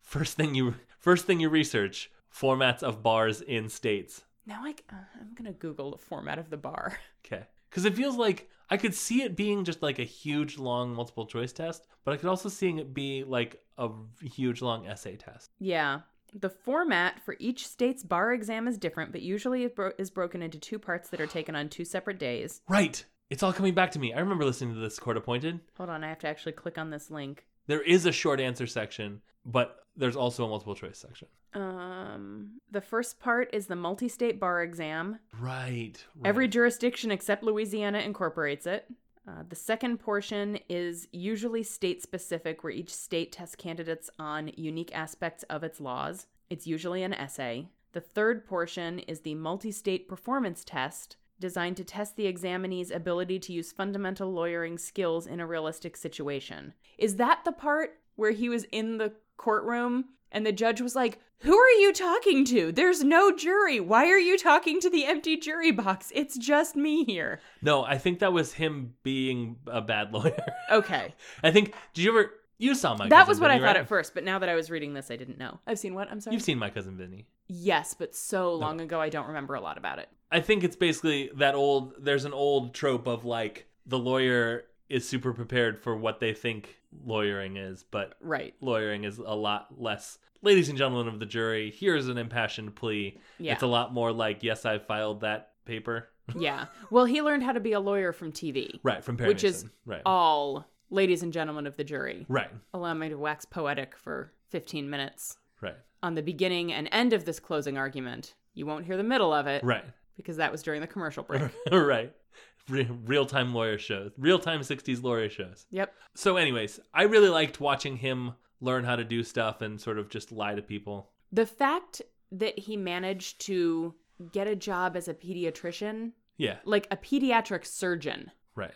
Speaker 2: First thing you first thing you research, formats of bars in states.
Speaker 3: Now I, uh, I'm going to Google the format of the bar.
Speaker 2: Okay. Because it feels like I could see it being just like a huge long multiple choice test, but I could also seeing it be like a huge long essay test.
Speaker 3: Yeah. The format for each state's bar exam is different, but usually it bro- is broken into two parts that are taken on two separate days.
Speaker 2: Right. It's all coming back to me. I remember listening to this court appointed.
Speaker 3: Hold on, I have to actually click on this link.
Speaker 2: There is a short answer section, but there's also a multiple choice section.
Speaker 3: Um, the first part is the multi state bar exam.
Speaker 2: Right. right.
Speaker 3: Every jurisdiction except Louisiana incorporates it. Uh, the second portion is usually state specific, where each state tests candidates on unique aspects of its laws. It's usually an essay. The third portion is the multi state performance test, designed to test the examinee's ability to use fundamental lawyering skills in a realistic situation. Is that the part where he was in the courtroom and the judge was like, Who are you talking to? There's no jury. Why are you talking to the empty jury box? It's just me here.
Speaker 2: No, I think that was him being a bad lawyer.
Speaker 3: Okay.
Speaker 2: I think, did you ever, you saw my
Speaker 3: that
Speaker 2: Cousin
Speaker 3: was what I
Speaker 2: Vinny,
Speaker 3: thought
Speaker 2: right?
Speaker 3: at first, but now that I was reading this, I didn't know. I've seen what? I'm sorry.
Speaker 2: You've seen My Cousin Vinny.
Speaker 3: yes, but so long ago, I don't remember a lot about it.
Speaker 2: I think it's basically that old, there's an old trope of like the lawyer is super prepared for what they think lawyering is, but
Speaker 3: Right.
Speaker 2: lawyering is a lot less. Ladies and gentlemen of the jury, here's an impassioned plea.
Speaker 3: Yeah.
Speaker 2: It's a lot more like, yes, I filed that paper.
Speaker 3: yeah. Well, he learned how to be a lawyer from TV.
Speaker 2: Right, from Perry
Speaker 3: Which is
Speaker 2: Mason. right.
Speaker 3: All ladies and gentlemen of the jury.
Speaker 2: right,
Speaker 3: Allow me to wax poetic for 15 minutes
Speaker 2: right,
Speaker 3: on the beginning and end of this closing argument. You won't hear the middle of it
Speaker 2: right,
Speaker 3: because that was during the commercial break.
Speaker 2: right. Real time lawyer shows, real time 60s lawyer shows.
Speaker 3: yep.
Speaker 2: So, anyways, I really liked watching him learn how to do stuff and sort of just lie to people.
Speaker 3: The fact that he managed to get a job as a pediatrician,
Speaker 2: Yeah,
Speaker 3: like a pediatric surgeon,
Speaker 2: right.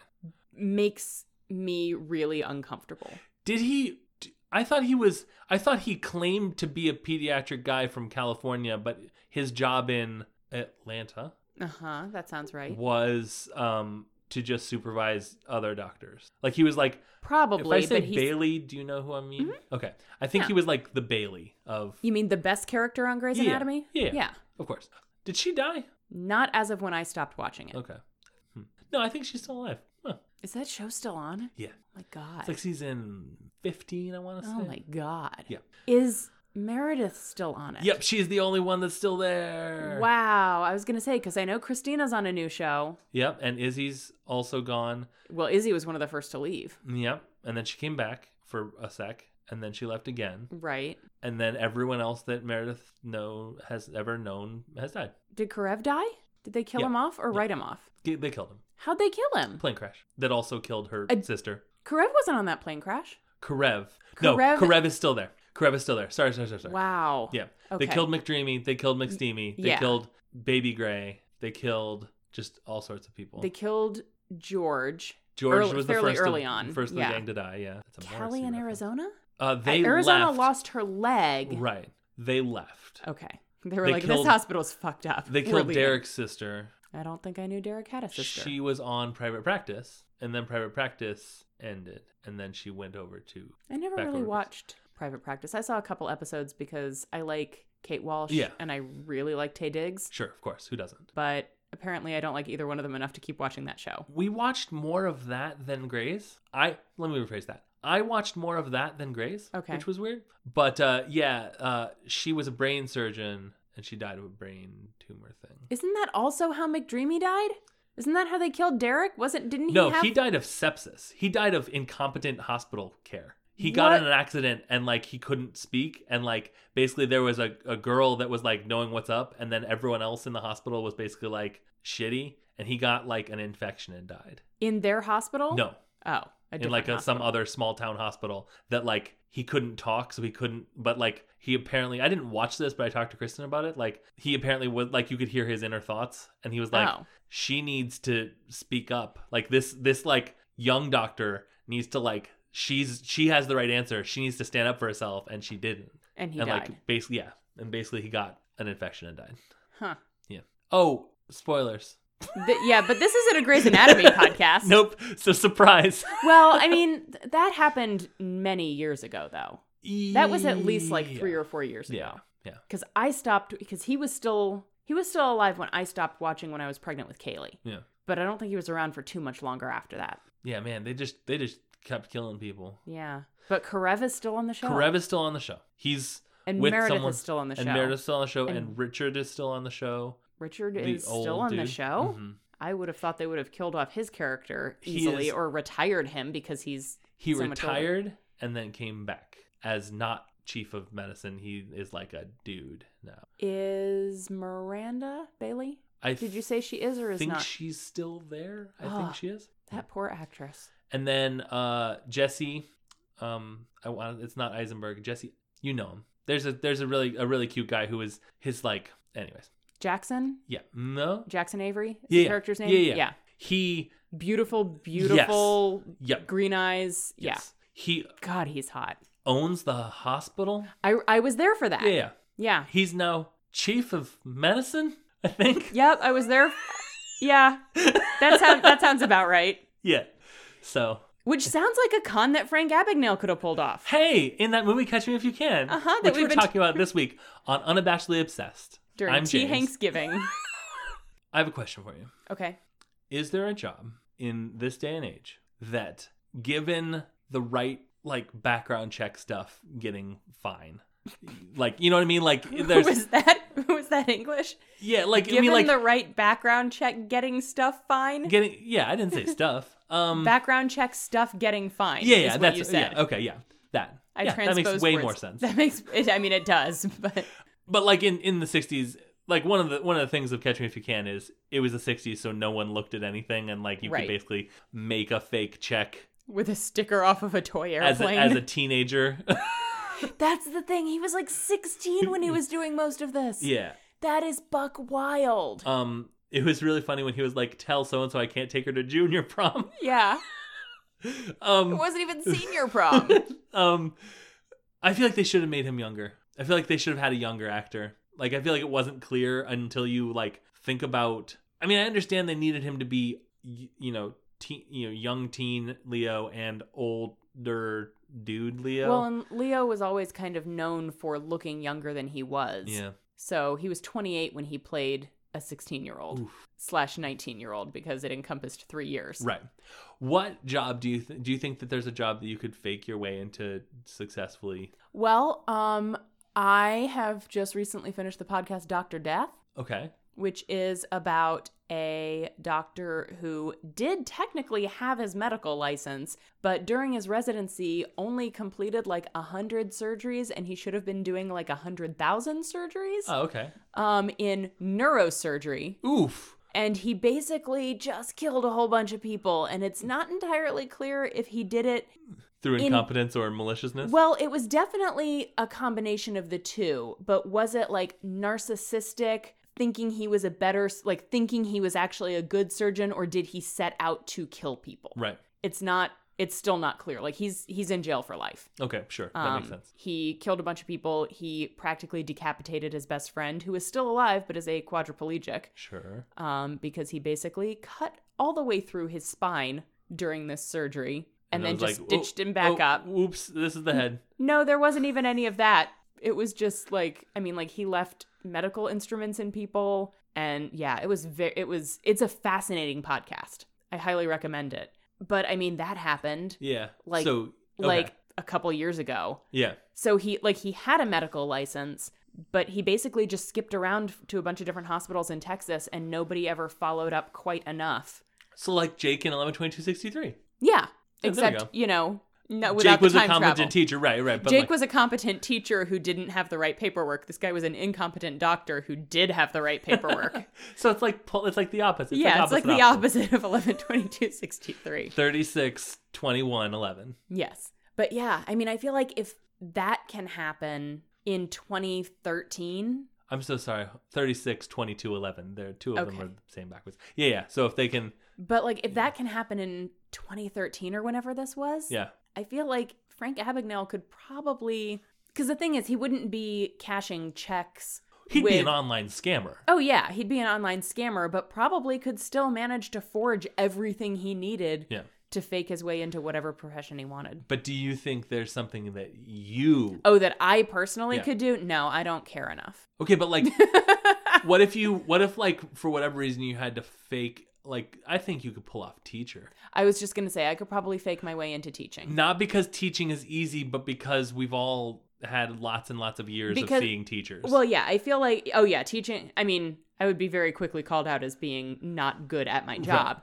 Speaker 3: makes me really uncomfortable.
Speaker 2: Did he? d- I thought he was. I thought he claimed to be a pediatric guy from California, but his job in Atlanta
Speaker 3: Uh huh. That sounds right.
Speaker 2: was um to just supervise other doctors. Like he was like,
Speaker 3: Probably,
Speaker 2: if I say
Speaker 3: but he's. Mm-hmm.
Speaker 2: Bailey, do you know who I mean? Okay, I think
Speaker 3: Yeah.
Speaker 2: he was like the Bailey of,
Speaker 3: you mean the best character on Grey's
Speaker 2: Yeah,
Speaker 3: Anatomy?
Speaker 2: yeah.
Speaker 3: Yeah.
Speaker 2: of course. Did she die?
Speaker 3: Not as of when I stopped watching it. Is
Speaker 2: Okay. Hmm. No, I think she's still alive. Huh.
Speaker 3: that show still on? Oh
Speaker 2: Yeah,
Speaker 3: my God.
Speaker 2: it's like season fifteen. I want to say.
Speaker 3: oh my God.
Speaker 2: Yeah.
Speaker 3: Is Meredith still on it?
Speaker 2: Yep, she's the only one that's still there.
Speaker 3: Wow. I was going to say, because I know Christina's on a new show.
Speaker 2: Yep, and Izzy's also gone.
Speaker 3: Well, Izzy was one of the first to leave.
Speaker 2: Yep, and then she came back for a sec, and then she left again,
Speaker 3: Right.
Speaker 2: and then everyone else that Meredith know has ever known has died.
Speaker 3: Did Karev die? Did they kill
Speaker 2: Yeah.
Speaker 3: him off or
Speaker 2: Yeah.
Speaker 3: write him off?
Speaker 2: G- They killed him.
Speaker 3: How'd they kill him?
Speaker 2: Plane crash that also killed her
Speaker 3: I-
Speaker 2: sister.
Speaker 3: Karev wasn't on that plane crash.
Speaker 2: Karev. No,
Speaker 3: Karev-
Speaker 2: Karev is still there. Karev is still there. Sorry, sorry, sorry, sorry.
Speaker 3: Wow.
Speaker 2: Yeah, they
Speaker 3: Okay.
Speaker 2: killed McDreamy. They killed McSteamy. They
Speaker 3: Yeah.
Speaker 2: killed Baby Gray. They killed just all sorts of people.
Speaker 3: They killed George.
Speaker 2: George
Speaker 3: early-
Speaker 2: was the
Speaker 3: fairly
Speaker 2: first of-
Speaker 3: early on.
Speaker 2: first of the
Speaker 3: Yeah.
Speaker 2: gang to die. Yeah, That's a
Speaker 3: Kelly
Speaker 2: Morrissey
Speaker 3: in
Speaker 2: reference.
Speaker 3: Arizona?
Speaker 2: Uh, they
Speaker 3: Arizona
Speaker 2: left.
Speaker 3: lost her leg.
Speaker 2: Right. They left.
Speaker 3: Okay. They were
Speaker 2: They
Speaker 3: like,
Speaker 2: killed-
Speaker 3: this hospital's fucked up.
Speaker 2: They
Speaker 3: We're
Speaker 2: killed
Speaker 3: leaving."
Speaker 2: Derek's sister.
Speaker 3: I don't think I knew Derek had a sister.
Speaker 2: She was on private practice, and then private practice ended, and then she went over to.
Speaker 3: I never
Speaker 2: back
Speaker 3: really
Speaker 2: over.
Speaker 3: watched Private Practice. I saw a couple episodes because I like Kate Walsh
Speaker 2: Yeah.
Speaker 3: and I really like Tay Diggs,
Speaker 2: Sure, of course. Who doesn't?
Speaker 3: but apparently I don't like either one of them enough to keep watching that show.
Speaker 2: We watched more of that than Grays. I let me rephrase that. I watched more of that than Grays,
Speaker 3: Okay.
Speaker 2: which was weird. But uh, yeah, uh, she was a brain surgeon, and she died of a brain tumor thing.
Speaker 3: Isn't that also how McDreamy died? Isn't that how they killed Derek? Wasn't didn't he
Speaker 2: no,
Speaker 3: have
Speaker 2: he died of sepsis. He died of incompetent hospital care. He got
Speaker 3: What?
Speaker 2: in an accident and like he couldn't speak and like basically there was a, a girl that was like knowing what's up and then everyone else in the hospital was basically like shitty and he got like an infection and died.
Speaker 3: in their hospital?
Speaker 2: No.
Speaker 3: Oh, a
Speaker 2: in like
Speaker 3: different
Speaker 2: a, some
Speaker 3: hospital.
Speaker 2: other small town hospital that like he couldn't talk so he couldn't but like he apparently I didn't watch this but I talked to Kristen about it like he apparently would like you could hear his inner thoughts and he was like
Speaker 3: Oh.
Speaker 2: she needs to speak up like this this like young doctor needs to like she's she has the right answer she needs to stand up for herself and she didn't
Speaker 3: and he
Speaker 2: and
Speaker 3: died.
Speaker 2: like basically yeah and basically he got an infection and died
Speaker 3: Huh.
Speaker 2: oh spoilers
Speaker 3: Th- yeah, but this isn't a Grey's Anatomy podcast.
Speaker 2: nope so surprise
Speaker 3: Well, I mean, th- that happened many years ago though. That was at least like 3
Speaker 2: Yeah.
Speaker 3: or 4 years ago.
Speaker 2: yeah Yeah.
Speaker 3: Because I stopped because he was still he was still alive when I stopped watching when I was pregnant with Kaylee.
Speaker 2: Yeah.
Speaker 3: But I don't think he was around for too much longer after that.
Speaker 2: Yeah, man, they just they just kept killing people.
Speaker 3: Yeah. But Karev is still on the show.
Speaker 2: Karev is still on the show. He's
Speaker 3: and
Speaker 2: with
Speaker 3: Meredith
Speaker 2: someone-
Speaker 3: is still on the show.
Speaker 2: and Meredith's still on the show, and,
Speaker 3: And-
Speaker 2: Richard is still on the show.
Speaker 3: Richard
Speaker 2: The
Speaker 3: is
Speaker 2: old
Speaker 3: still on the
Speaker 2: dude.
Speaker 3: show.
Speaker 2: Mhm.
Speaker 3: I would have thought they would have killed off his character
Speaker 2: He
Speaker 3: easily
Speaker 2: is-
Speaker 3: or retired him because he's
Speaker 2: He
Speaker 3: So much older.
Speaker 2: retired and then came back as not chief of medicine. He is like a dude now.
Speaker 3: is Miranda Bailey.
Speaker 2: I
Speaker 3: Did you say she is or is
Speaker 2: think
Speaker 3: not?
Speaker 2: she's still there? I
Speaker 3: Ah,
Speaker 2: think she is.
Speaker 3: That poor actress.
Speaker 2: And then uh Jesse, um I want it's not Eisenberg, Jesse, you know him. There's a there's a really a really cute guy who is his like anyways.
Speaker 3: Jackson?
Speaker 2: Yeah. No.
Speaker 3: Jackson Avery is
Speaker 2: Yeah,
Speaker 3: the
Speaker 2: yeah.
Speaker 3: character's name?
Speaker 2: Yeah, yeah. He
Speaker 3: Beautiful, beautiful
Speaker 2: yep.
Speaker 3: green eyes.
Speaker 2: Yes. He
Speaker 3: Yeah. God, he's hot.
Speaker 2: owns the hospital.
Speaker 3: I I was there for that.
Speaker 2: Yeah, yeah.
Speaker 3: Yeah.
Speaker 2: He's now chief of medicine, I think.
Speaker 3: Yep, I was there. yeah. That sounds that sounds about right.
Speaker 2: Yeah. So
Speaker 3: Which sounds like a con that Frank Abagnale could have pulled off.
Speaker 2: Hey, in that movie Catch Me If You Can,
Speaker 3: Uh-huh, that
Speaker 2: which
Speaker 3: we've
Speaker 2: we're
Speaker 3: been
Speaker 2: talking about this week on Unabashedly Obsessed.
Speaker 3: During
Speaker 2: I'm
Speaker 3: T.
Speaker 2: James.
Speaker 3: Thanksgiving.
Speaker 2: I have a question for you.
Speaker 3: Okay.
Speaker 2: Is there a job in this day and age that, given the right like background check stuff, getting fine? Like you know what I mean? Like there's
Speaker 3: was that was that English?
Speaker 2: yeah, like I
Speaker 3: Given
Speaker 2: mean like
Speaker 3: the right background check getting stuff fine.
Speaker 2: getting yeah. I didn't say stuff. Um,
Speaker 3: background check stuff getting fine.
Speaker 2: yeah,
Speaker 3: is
Speaker 2: yeah.
Speaker 3: what
Speaker 2: That's
Speaker 3: you said.
Speaker 2: yeah. Okay, yeah. That
Speaker 3: I
Speaker 2: yeah, that
Speaker 3: transposed
Speaker 2: makes way
Speaker 3: words.
Speaker 2: more sense.
Speaker 3: That makes it, I mean it does, but
Speaker 2: but like in in the 60s like one of the one of the things of catch me if you can is it was the 60s so no one looked at anything and like you
Speaker 3: Right.
Speaker 2: could basically make a fake check
Speaker 3: with a sticker off of a toy
Speaker 2: as a,
Speaker 3: airplane.
Speaker 2: as a teenager
Speaker 3: That's the thing. He was like 16 when he was doing most of this.
Speaker 2: yeah
Speaker 3: That is buck wild.
Speaker 2: um it was really funny when he was like tell so and so i can't take her to junior prom
Speaker 3: yeah. It
Speaker 2: um
Speaker 3: wasn't even senior prom.
Speaker 2: um i feel like they should have made him younger i feel like they should have had a younger actor like i feel like it wasn't clear until you like think about i mean i understand they needed him to be y- you know teen you know young teen leo and older dude leo
Speaker 3: well, and Leo was always kind of known for looking younger than he was.
Speaker 2: yeah
Speaker 3: So he was 28 when he played a 16 year old slash 19 year old because it encompassed three years.
Speaker 2: right what job do you th- do you think that there's a job that you could fake your way into successfully
Speaker 3: Well, um, I have just recently finished the podcast Doctor Death,
Speaker 2: okay
Speaker 3: which is about a doctor who did technically have his medical license, but during his residency only completed like a hundred surgeries, and he should have been doing like a hundred thousand surgeries
Speaker 2: oh okay
Speaker 3: um, in neurosurgery.
Speaker 2: oof
Speaker 3: And he basically just killed a whole bunch of people, and it's not entirely clear if he did it
Speaker 2: through
Speaker 3: In-
Speaker 2: incompetence or maliciousness
Speaker 3: well, it was definitely a combination of the two, but was it like narcissistic, thinking he was a better, like thinking he was actually a good surgeon, or did he set out to kill people?
Speaker 2: right
Speaker 3: It's not. It's still not clear. Like he's he's in jail for life.
Speaker 2: okay sure that makes
Speaker 3: Um,
Speaker 2: sense
Speaker 3: He killed a bunch of people. He practically decapitated his best friend, who is still alive but is a quadriplegic,
Speaker 2: sure
Speaker 3: um, because he basically cut all the way through his spine during this surgery, and,
Speaker 2: I
Speaker 3: then
Speaker 2: was
Speaker 3: just
Speaker 2: like, "Oh,
Speaker 3: stitched him back
Speaker 2: oh,
Speaker 3: up.
Speaker 2: Oops, this is the head.
Speaker 3: No, there wasn't even any of that. It was just like I mean, like he left medical instruments in people, and yeah, it was very. It was. It's a fascinating podcast. I highly recommend it. But I mean, that happened
Speaker 2: Yeah.
Speaker 3: Like-
Speaker 2: so, okay.
Speaker 3: like a couple years ago.
Speaker 2: yeah,
Speaker 3: So he like he had a medical license, but he basically just skipped around to a bunch of different hospitals in Texas, and nobody ever followed up quite enough.
Speaker 2: so like Jake in eleven twenty two sixty three.
Speaker 3: Yeah,
Speaker 2: Oh, there you
Speaker 3: except
Speaker 2: go.
Speaker 3: you, know, no, without
Speaker 2: Jake was
Speaker 3: the
Speaker 2: a
Speaker 3: time
Speaker 2: competent
Speaker 3: travel.
Speaker 2: teacher, right? Right. But
Speaker 3: Jake
Speaker 2: like,
Speaker 3: was a competent teacher who didn't have the right paperwork. This guy was an incompetent doctor who did have the right paperwork.
Speaker 2: so it's like pol- it's like the opposite. It's like
Speaker 3: yeah, it's like the opposite of 11 22 63.
Speaker 2: 36, 21, 11.
Speaker 3: Yes. But yeah, I mean, I feel like if that can happen in 2013,
Speaker 2: I'm so sorry. 36, 22, 11. There, two of them
Speaker 3: Okay.
Speaker 2: are the same backwards. Yeah, yeah. So if they can,
Speaker 3: but like if that can happen in 2013 or whenever this was,
Speaker 2: yeah,
Speaker 3: I feel like Frank Abagnale could probably. Because the thing is, he wouldn't be cashing checks
Speaker 2: he'd be
Speaker 3: With-
Speaker 2: an online scammer.
Speaker 3: Oh, yeah, he'd be an online scammer, but probably could still manage to forge everything he needed
Speaker 2: Yeah.
Speaker 3: to fake his way into whatever profession he wanted.
Speaker 2: But do you think there's something that you
Speaker 3: Oh, that I personally
Speaker 2: Yeah.
Speaker 3: could do? No, I don't care enough.
Speaker 2: Okay, but like what if you what if like for whatever reason you had to fake like I think you could pull off teacher.
Speaker 3: I was just going to say I could probably fake my way into teaching.
Speaker 2: Not because teaching is easy, but because we've all had lots and lots of years of
Speaker 3: Because-
Speaker 2: seeing teachers.
Speaker 3: Well, yeah, I feel like oh yeah, teaching, I mean, I would be very quickly called out as being not good at my job.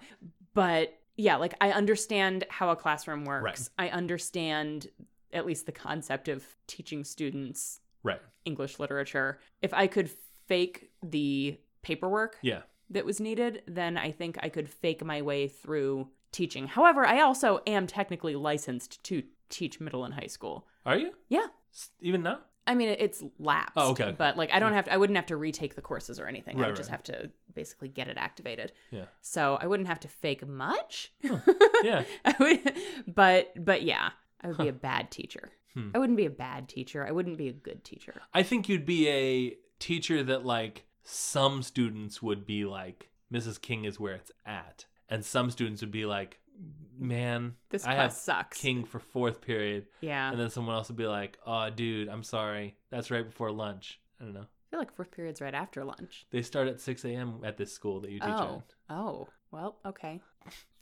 Speaker 3: But yeah, like I understand how a classroom works. I understand at least the concept of teaching students
Speaker 2: right.
Speaker 3: English literature. If I could fake the paperwork
Speaker 2: Yeah.
Speaker 3: that was needed, then I think I could fake my way through teaching. However, I also am technically licensed to teach middle and high school.
Speaker 2: Are you?
Speaker 3: Yeah.
Speaker 2: S- Even now?
Speaker 3: I mean, it- it's lapsed.
Speaker 2: Oh, okay.
Speaker 3: But like, I don't have to, I wouldn't have to retake the courses or anything. I
Speaker 2: Right,
Speaker 3: would just
Speaker 2: right.
Speaker 3: have to basically get it activated.
Speaker 2: Yeah.
Speaker 3: So I wouldn't have to fake much.
Speaker 2: Yeah.
Speaker 3: I would, but, but yeah, I would be a bad teacher.
Speaker 2: Hmm.
Speaker 3: I wouldn't be a bad teacher. I wouldn't be a good teacher.
Speaker 2: I think you'd be a teacher that like some students would be like Mrs. King is where it's at, and some students would be like, man,
Speaker 3: This
Speaker 2: I have
Speaker 3: class sucks.
Speaker 2: King for fourth period,
Speaker 3: yeah.
Speaker 2: and then someone else would be like, oh, dude, I'm sorry, that's right before lunch. I don't know.
Speaker 3: I feel like fourth period's right after lunch.
Speaker 2: They start at 6 a.m. at this school that you teach
Speaker 3: Oh. Oh, well, okay.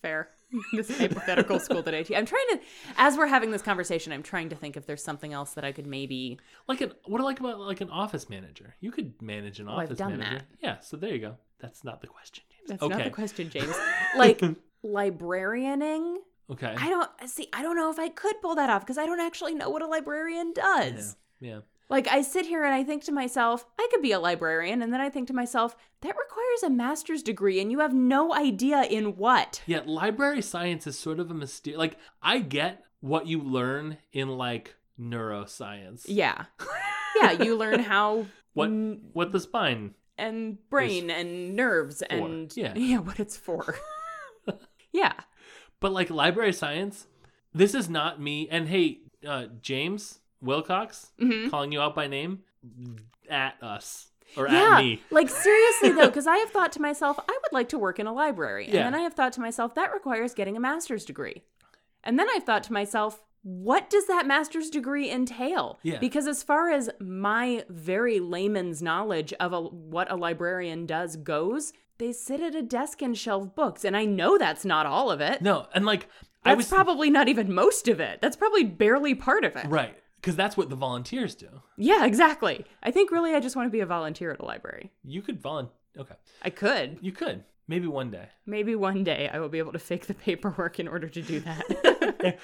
Speaker 3: Fair. this hypothetical school that I teach. I'm trying to, as we're having this conversation, I'm trying to think if there's something else that I could maybe.
Speaker 2: at. Like an what like about like an office manager? You could manage an
Speaker 3: Oh, I've
Speaker 2: office
Speaker 3: done
Speaker 2: manager.
Speaker 3: that.
Speaker 2: Yeah. So there you go. That's not the question, James.
Speaker 3: That's
Speaker 2: okay.
Speaker 3: not the question, James. Like librarianing.
Speaker 2: okay.
Speaker 3: I don't see. I don't know if I could pull that off because I don't actually know what a librarian does.
Speaker 2: yeah. yeah.
Speaker 3: Like I sit here and I think to myself, I could be a librarian, and then I think to myself, that requires a master's degree, and you have no idea in what.
Speaker 2: Yeah, library science is sort of a mysterious. Like, I get what you learn in like neuroscience.
Speaker 3: Yeah, Mm. yeah. You learn how
Speaker 2: What
Speaker 3: n-
Speaker 2: what the spine?
Speaker 3: and brain and nerves and
Speaker 2: yeah.
Speaker 3: what it's for. yeah.
Speaker 2: But like library science, this is not me. And hey, uh, James Wilcox,
Speaker 3: Mhm.
Speaker 2: calling you out by name, at us or
Speaker 3: Yeah.
Speaker 2: at me.
Speaker 3: Like seriously though, because I have thought to myself, I would like to work in a library.
Speaker 2: Yeah.
Speaker 3: And then I have thought to myself, that requires getting a master's degree. And then I've thought to myself, what does that master's degree entail?
Speaker 2: Yeah.
Speaker 3: Because as far as my very layman's knowledge of a, what a librarian does goes, they sit at a desk and shelve books, and I know that's not all of it.
Speaker 2: No, and like I
Speaker 3: That's
Speaker 2: was
Speaker 3: probably not even most of it. That's probably barely part of it.
Speaker 2: right because that's what the volunteers do.
Speaker 3: Yeah, exactly. I think really I just want to be a volunteer at a library.
Speaker 2: You could volunteer. Okay,
Speaker 3: I could.
Speaker 2: you could maybe one day.
Speaker 3: Maybe one day I will be able to fake the paperwork in order to do that.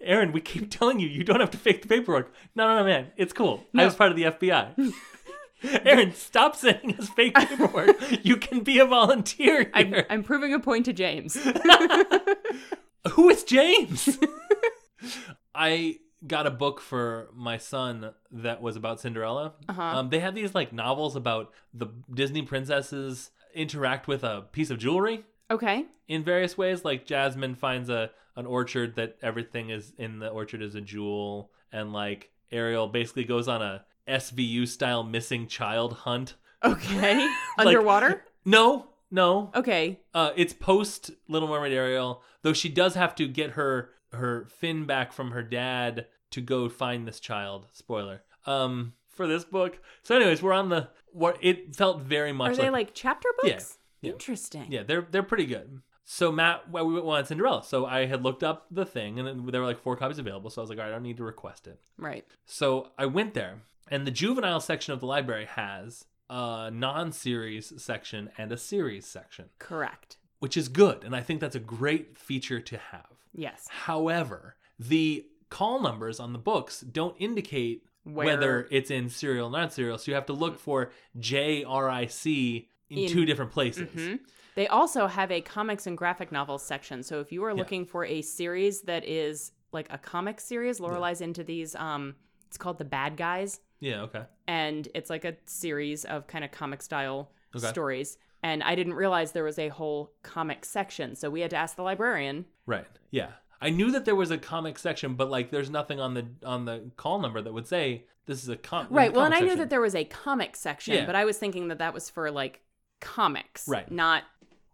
Speaker 2: Aaron, we keep telling you you don't have to fake the paperwork. No, no, no, man, it's cool.
Speaker 3: No.
Speaker 2: I was part of the FBI. Aaron, stop sending us fake paperwork. you can be a volunteer
Speaker 3: I'm,
Speaker 2: here.
Speaker 3: I'm proving a point to James.
Speaker 2: Who is James? I got a book for my son that was about Cinderella.
Speaker 3: Uh-huh.
Speaker 2: Um, they had these like novels about the Disney princesses interact with a piece of jewelry.
Speaker 3: Okay.
Speaker 2: in various ways. Like Jasmine finds a an orchard that everything is in the orchard is a jewel, and like Ariel basically goes on a SVU style missing child hunt.
Speaker 3: Okay. Underwater?
Speaker 2: No, no,
Speaker 3: Okay.
Speaker 2: uh, it's post Little Mermaid Ariel, though she does have to get her her fin back from her dad to go find this child. Spoiler. Um, for this book. So, anyways, we're on the what it felt very much
Speaker 3: Are they like chapter
Speaker 2: Yeah,
Speaker 3: books?
Speaker 2: yeah.
Speaker 3: Interesting.
Speaker 2: yeah, they're they're pretty good. So Matt, well, we went on Cinderella. So I had looked up the thing, and then there were like four copies available. So I was like, all right, I don't need to request it.
Speaker 3: Right.
Speaker 2: So I went there, and the juvenile section of the library has a non-series section and a series section,
Speaker 3: Correct.
Speaker 2: which is good, and I think that's a great feature to have.
Speaker 3: Yes.
Speaker 2: However, the call numbers on the books don't indicate
Speaker 3: Where-
Speaker 2: whether it's in serial or not serial, so you have to look for J R I C in,
Speaker 3: In-
Speaker 2: two different places.
Speaker 3: Mhm. They also have a comics and graphic novels section. So if you are
Speaker 2: Yeah.
Speaker 3: looking for a series that is like a comic series, Lorelai's into these. Um, it's called The Bad Guys,
Speaker 2: Yeah. Okay.
Speaker 3: and it's like a series of kind of comic style
Speaker 2: Okay.
Speaker 3: stories. And I didn't realize there was a whole comic section, so we had to ask the librarian.
Speaker 2: Right. Yeah. I knew that there was a comic section, but like there's nothing on the on the call number that would say this is a com-
Speaker 3: Right. Well, and
Speaker 2: Oh, comic
Speaker 3: I knew
Speaker 2: section.
Speaker 3: that there was a comic section,
Speaker 2: Yeah.
Speaker 3: but I was thinking that that was for like comics,
Speaker 2: Right.
Speaker 3: Not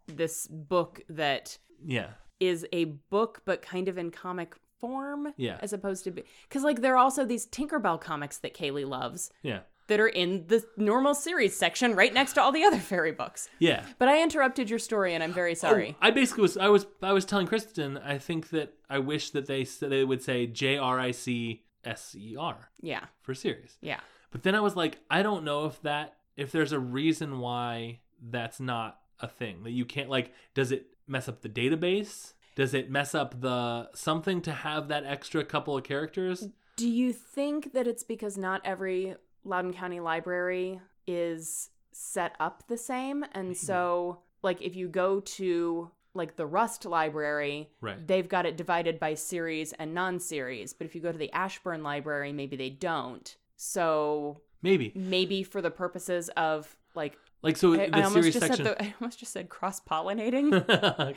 Speaker 3: this book that
Speaker 2: Yeah.
Speaker 3: is a book, but kind of in comic form.
Speaker 2: Yeah.
Speaker 3: As opposed to be. Because, like, there are also these Tinkerbell comics that Kaylee loves
Speaker 2: Yeah.
Speaker 3: that are in the normal series section right next to all the other fairy books.
Speaker 2: Yeah.
Speaker 3: But I interrupted your story and I'm very
Speaker 2: Oh,
Speaker 3: sorry.
Speaker 2: I basically was I was I was telling Kristen I think that I wish that they s- they would say J R I C S E R
Speaker 3: Yeah.
Speaker 2: for series.
Speaker 3: Yeah.
Speaker 2: But then I was like, I don't know if that if there's a reason why that's not a thing that you can't like. Does it mess up the database? Does it mess up the something to have that extra couple of characters?
Speaker 3: Do you think that it's because not every Loudoun County library is set up the same? And so, like, if you go to like the Rust Library,
Speaker 2: Right.
Speaker 3: they've got it divided by series and non series. But if you go to the Ashburn Library, maybe they don't. So
Speaker 2: Maybe
Speaker 3: maybe for the purposes of like,
Speaker 2: like so
Speaker 3: I,
Speaker 2: the
Speaker 3: I almost
Speaker 2: series
Speaker 3: just
Speaker 2: section
Speaker 3: said the, I almost just said cross pollinating.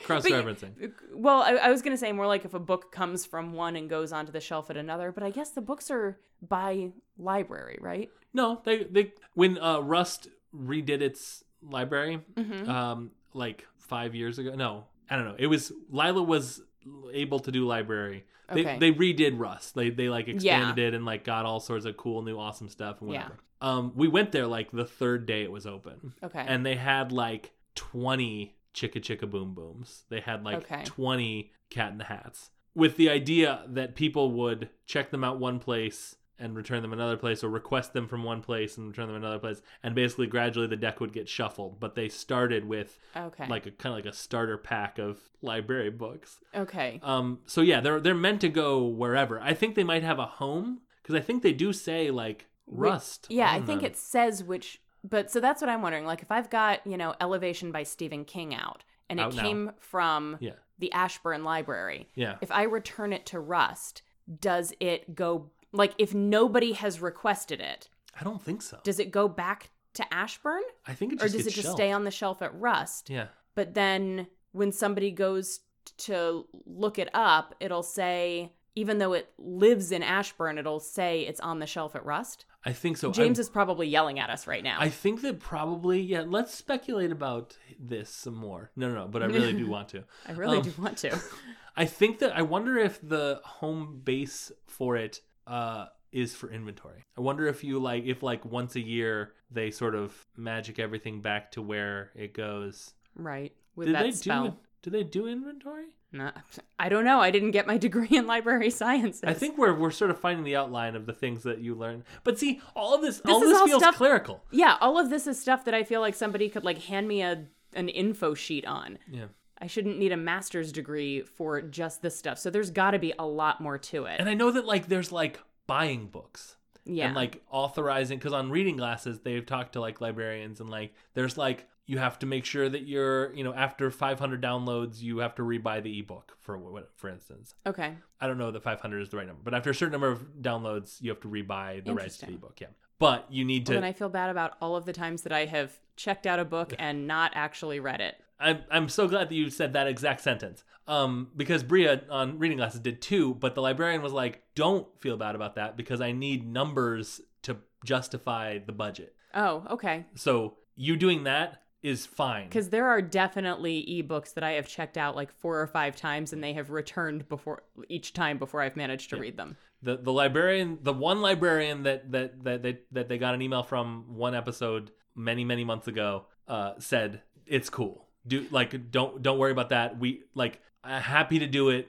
Speaker 2: cross referencing.
Speaker 3: But you- Well, I, I was going to say more like if a book comes from one and goes onto the shelf at another, but I guess the books are by library, right?
Speaker 2: No, they they when uh, Rust redid its library,
Speaker 3: Mm-hmm.
Speaker 2: um, like five years ago. No, I don't know. It was Lila was able to do library. They
Speaker 3: Okay.
Speaker 2: they redid Rust. They they like expanded it and like got all sorts of cool new awesome stuff and
Speaker 3: Yeah.
Speaker 2: whatever. Um, we went there like the third day it was open,
Speaker 3: okay.
Speaker 2: and they had like twenty chicka chicka boom booms. They had like
Speaker 3: Okay.
Speaker 2: twenty Cat in the Hats with the idea that people would check them out one place and return them another place or request them from one place and return them another place and basically gradually the deck would get shuffled but they started with
Speaker 3: okay.
Speaker 2: like a kind of like a starter pack of library books.
Speaker 3: okay.
Speaker 2: Um, so yeah, they're they're meant to go wherever. I think they might have a home because I think they do say like
Speaker 3: Wi-
Speaker 2: rust.
Speaker 3: yeah, I
Speaker 2: on
Speaker 3: think
Speaker 2: them.
Speaker 3: it says which, but so that's what I'm wondering. Like if I've got, you know, Elevation by Stephen King out and it
Speaker 2: Out now.
Speaker 3: came from
Speaker 2: yeah
Speaker 3: the Ashburn Library,
Speaker 2: yeah
Speaker 3: if I return it to Rust, does it go, like if nobody has requested it,
Speaker 2: I don't think so.
Speaker 3: does it go back to Ashburn?
Speaker 2: I think it
Speaker 3: or
Speaker 2: just
Speaker 3: does it
Speaker 2: gets
Speaker 3: just
Speaker 2: shelved.
Speaker 3: stay on the shelf at Rust?
Speaker 2: Yeah,
Speaker 3: But then when somebody goes t- to look it up, it'll say, even though it lives in Ashburn, it'll say it's on the shelf at Rust.
Speaker 2: I think so.
Speaker 3: James
Speaker 2: I,
Speaker 3: is probably yelling at us right now.
Speaker 2: I think that probably yeah. Let's speculate about this some more. No, no, no. But I really do want to.
Speaker 3: I really
Speaker 2: um,
Speaker 3: do want to.
Speaker 2: I think that I wonder if the home base for it uh, is for inventory. I wonder if you like if like once a year they sort of magic everything back to where it goes.
Speaker 3: right. With
Speaker 2: Did
Speaker 3: that
Speaker 2: they
Speaker 3: spell.
Speaker 2: do? Do they do inventory?
Speaker 3: Nah, I don't know. I didn't get my degree in library sciences.
Speaker 2: I think we're we're sort of finding the outline of the things that you learn. But see, all of this,
Speaker 3: This
Speaker 2: all
Speaker 3: is
Speaker 2: this
Speaker 3: all
Speaker 2: feels
Speaker 3: stuff-
Speaker 2: clerical.
Speaker 3: Yeah, all of this is stuff that I feel like somebody could like hand me a an info sheet on.
Speaker 2: Yeah.
Speaker 3: I shouldn't need a master's degree for just this stuff. So there's got to be a lot more to it.
Speaker 2: And I know that like there's like buying books.
Speaker 3: yeah.
Speaker 2: and like authorizing because on reading glasses they've talked to like librarians and like there's like you have to make sure that you're you know after 500 downloads you have to rebuy the ebook for what for instance
Speaker 3: okay.
Speaker 2: i don't know that 500 is the right number but after a certain number of downloads you have to rebuy the rights to the
Speaker 3: Interesting.
Speaker 2: ebook yeah but you need
Speaker 3: Well,
Speaker 2: to
Speaker 3: then I feel bad about all of the times that I have checked out a book and not actually read it.
Speaker 2: I'm I'm so glad that you said that exact sentence. Um, because Bria on reading glasses did too, but the librarian was like, "Don't feel bad about that because I need numbers to justify the budget."
Speaker 3: Oh, okay.
Speaker 2: So you doing that is fine.
Speaker 3: Because there are definitely ebooks that I have checked out like four or five times, and they have returned before each time before I've managed to read them.
Speaker 2: the the librarian, the one librarian that that that they that they got an email from one episode many many months ago, uh, said it's cool. Do like don't don't worry about that. We like uh, happy to do it.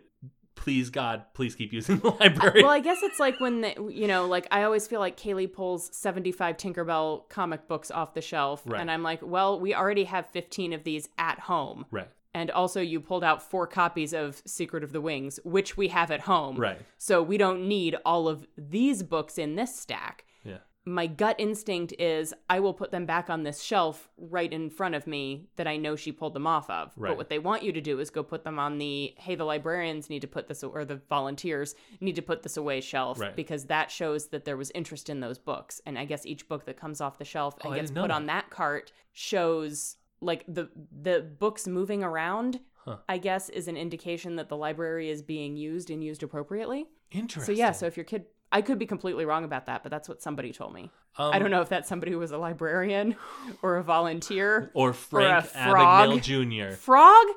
Speaker 2: Please God, please keep using the library.
Speaker 3: Well, I guess it's like when the, you know, like I always feel like Kaylee pulls seventy-five Tinkerbell comic books off the shelf,
Speaker 2: Right.
Speaker 3: and I'm like, well, we already have fifteen of these at home,
Speaker 2: right,
Speaker 3: and also you pulled out four copies of Secret of the Wings, which we have at home,
Speaker 2: right,
Speaker 3: So we don't need all of these books in this stack.
Speaker 2: yeah,
Speaker 3: My gut instinct is I will put them back on this shelf right in front of me that I know she pulled them off of.
Speaker 2: Right.
Speaker 3: But what they want you to do is go put them on the hey, the librarians need to put this or the volunteers need to put this away shelf
Speaker 2: Right.
Speaker 3: because that shows that there was interest in those books. And I guess each book that comes off the shelf
Speaker 2: Oh,
Speaker 3: and
Speaker 2: I
Speaker 3: gets
Speaker 2: didn't know
Speaker 3: put on that cart shows like the the books moving around.
Speaker 2: Huh.
Speaker 3: I guess is an indication that the library is being used and used appropriately. So
Speaker 2: interesting.
Speaker 3: yeah, so if your kid, I could be completely wrong about that, but that's what somebody told me.
Speaker 2: um,
Speaker 3: I don't know if that somebody was a librarian or a volunteer.
Speaker 2: Or Frank
Speaker 3: frog.
Speaker 2: Abagnale Jr.
Speaker 3: Frog?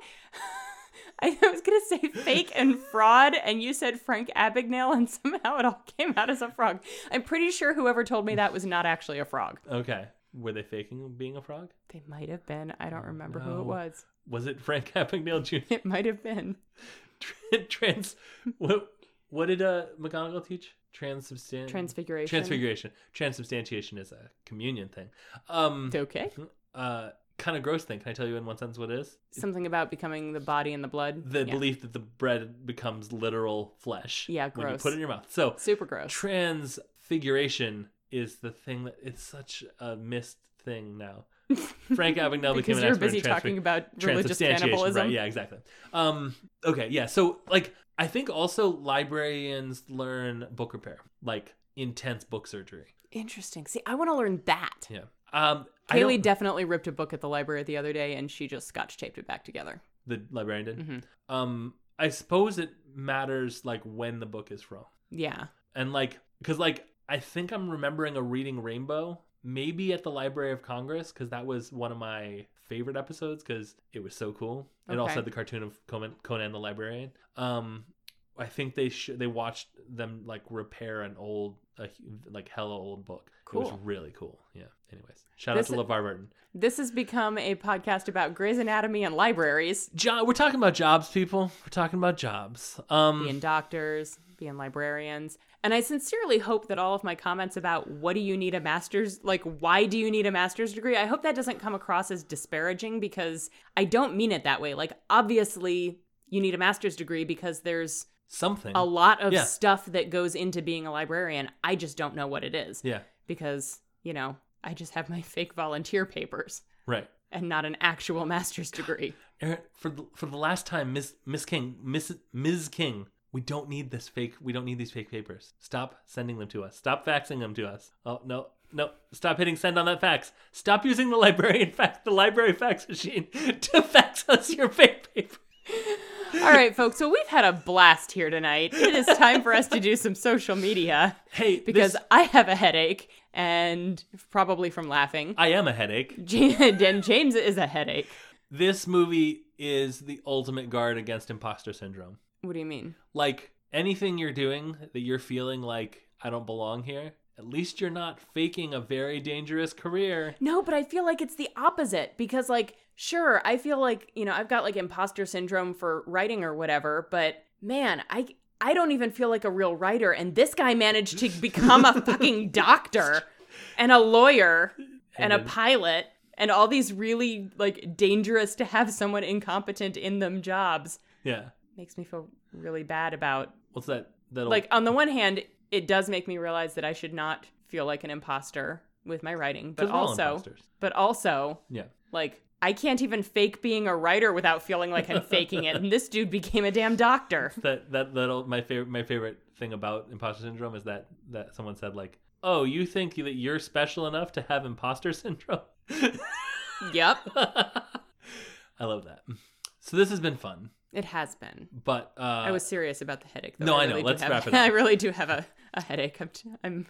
Speaker 3: I was gonna say fake and fraud, and you said Frank Abagnale, and somehow it all came out as a frog. I'm pretty sure whoever told me that was not actually a frog.
Speaker 2: Okay. Were they faking being a frog?
Speaker 3: They might have been. I don't remember who
Speaker 2: Oh, no.
Speaker 3: it was.
Speaker 2: Was it Frank Abagnale Jr.?
Speaker 3: It might have been.
Speaker 2: Tran- Trans. What, what did uh, McGonagall teach? Transubstan-
Speaker 3: Transfiguration.
Speaker 2: Transfiguration. Transubstantiation is a communion thing. Um,
Speaker 3: It's okay.
Speaker 2: uh, kind of gross thing. Can I tell you in one sentence what it is?
Speaker 3: Something about becoming the body and the blood.
Speaker 2: The
Speaker 3: yeah.
Speaker 2: belief that the bread becomes literal flesh.
Speaker 3: Yeah,
Speaker 2: When you
Speaker 3: gross.
Speaker 2: put it in your mouth. So
Speaker 3: Super gross.
Speaker 2: transfiguration is the thing that it's such a missed thing now. Frank Abagnale became
Speaker 3: because
Speaker 2: an
Speaker 3: you're
Speaker 2: expert
Speaker 3: busy
Speaker 2: in transfig-
Speaker 3: talking about religious
Speaker 2: transubstantiation,
Speaker 3: cannibalism.
Speaker 2: Right, yeah, exactly. Um, okay, yeah. So like I think also librarians learn book repair, like intense book surgery.
Speaker 3: Interesting. See, I want to learn that.
Speaker 2: Yeah. Um I don't-
Speaker 3: Kaylee definitely ripped a book at the library the other day, and she just scotch taped it back together.
Speaker 2: the librarian did.
Speaker 3: Mhm.
Speaker 2: Um I suppose it matters like when the book is from.
Speaker 3: Yeah.
Speaker 2: and like because like i think i'm remembering a reading rainbow maybe at the library of congress because that was one of my favorite episodes because it was so cool it also
Speaker 3: Okay.
Speaker 2: had the cartoon of conan, conan the librarian um i think they sh- they watched them like repair an old a, hu- like hella old book it
Speaker 3: Cool.
Speaker 2: was really cool yeah anyways shout
Speaker 3: This-
Speaker 2: out to levar burton
Speaker 3: This has become a podcast about Grey's Anatomy and libraries.
Speaker 2: job we're talking about jobs people we're talking about jobs um
Speaker 3: Being doctors, being librarians. And I sincerely hope that all of my comments about what do you need a master's, like why do you need a master's degree, I hope that doesn't come across as disparaging because I don't mean it that way. Like, obviously, you need a master's degree because there's
Speaker 2: something
Speaker 3: a lot of
Speaker 2: Mm. Yeah.
Speaker 3: stuff that goes into being a librarian. I just don't know what it is
Speaker 2: yeah
Speaker 3: because, you know, I just have my fake volunteer papers
Speaker 2: right
Speaker 3: and not an actual master's degree.
Speaker 2: Aaron, Eh, for the, for the last time, Miss Miss King, Miss Ms. King, we don't need this fake. We don't need these fake papers. Stop sending them to us. Stop faxing them to us. Oh no, no! Stop hitting send on that fax. Stop using the librarian fax, the library fax machine to fax us your fake paper.
Speaker 3: All right, folks. So we've had a blast here tonight. It is time for us to do some social media
Speaker 2: Hey, this-
Speaker 3: because I have a headache and probably from laughing.
Speaker 2: I am a headache.
Speaker 3: Ja- and James is a headache.
Speaker 2: This movie is the ultimate guard against imposter syndrome.
Speaker 3: What do you mean?
Speaker 2: like anything you're doing that you're feeling like I don't belong here, at least you're not faking a very dangerous career.
Speaker 3: No, but I feel like it's the opposite because, like, sure, I feel like, you know, I've got like imposter syndrome for writing or whatever, but man, I. I don't even feel like a real writer, and this guy managed to become a fucking doctor and a lawyer and a
Speaker 2: then-
Speaker 3: pilot and all these really like dangerous to have someone incompetent in them jobs
Speaker 2: yeah.
Speaker 3: makes me feel really bad about
Speaker 2: What's that? That
Speaker 3: like on the one hand it does make me realize that I should not feel like an imposter with my writing but also but also
Speaker 2: yeah.
Speaker 3: like I can't even fake being a writer without feeling like I'm faking it and this dude became a damn doctor
Speaker 2: That that that old- my favorite my favorite thing about imposter syndrome is that that someone said like, oh, you think that you're special enough to have imposter syndrome?
Speaker 3: yep
Speaker 2: I love that. So this has been fun,
Speaker 3: it has been
Speaker 2: but uh,
Speaker 3: I was serious about the headache though
Speaker 2: no, I know.
Speaker 3: really do
Speaker 2: Let's
Speaker 3: have-
Speaker 2: wrap it
Speaker 3: I
Speaker 2: up.
Speaker 3: really do have a, a headache I'm, t- I'm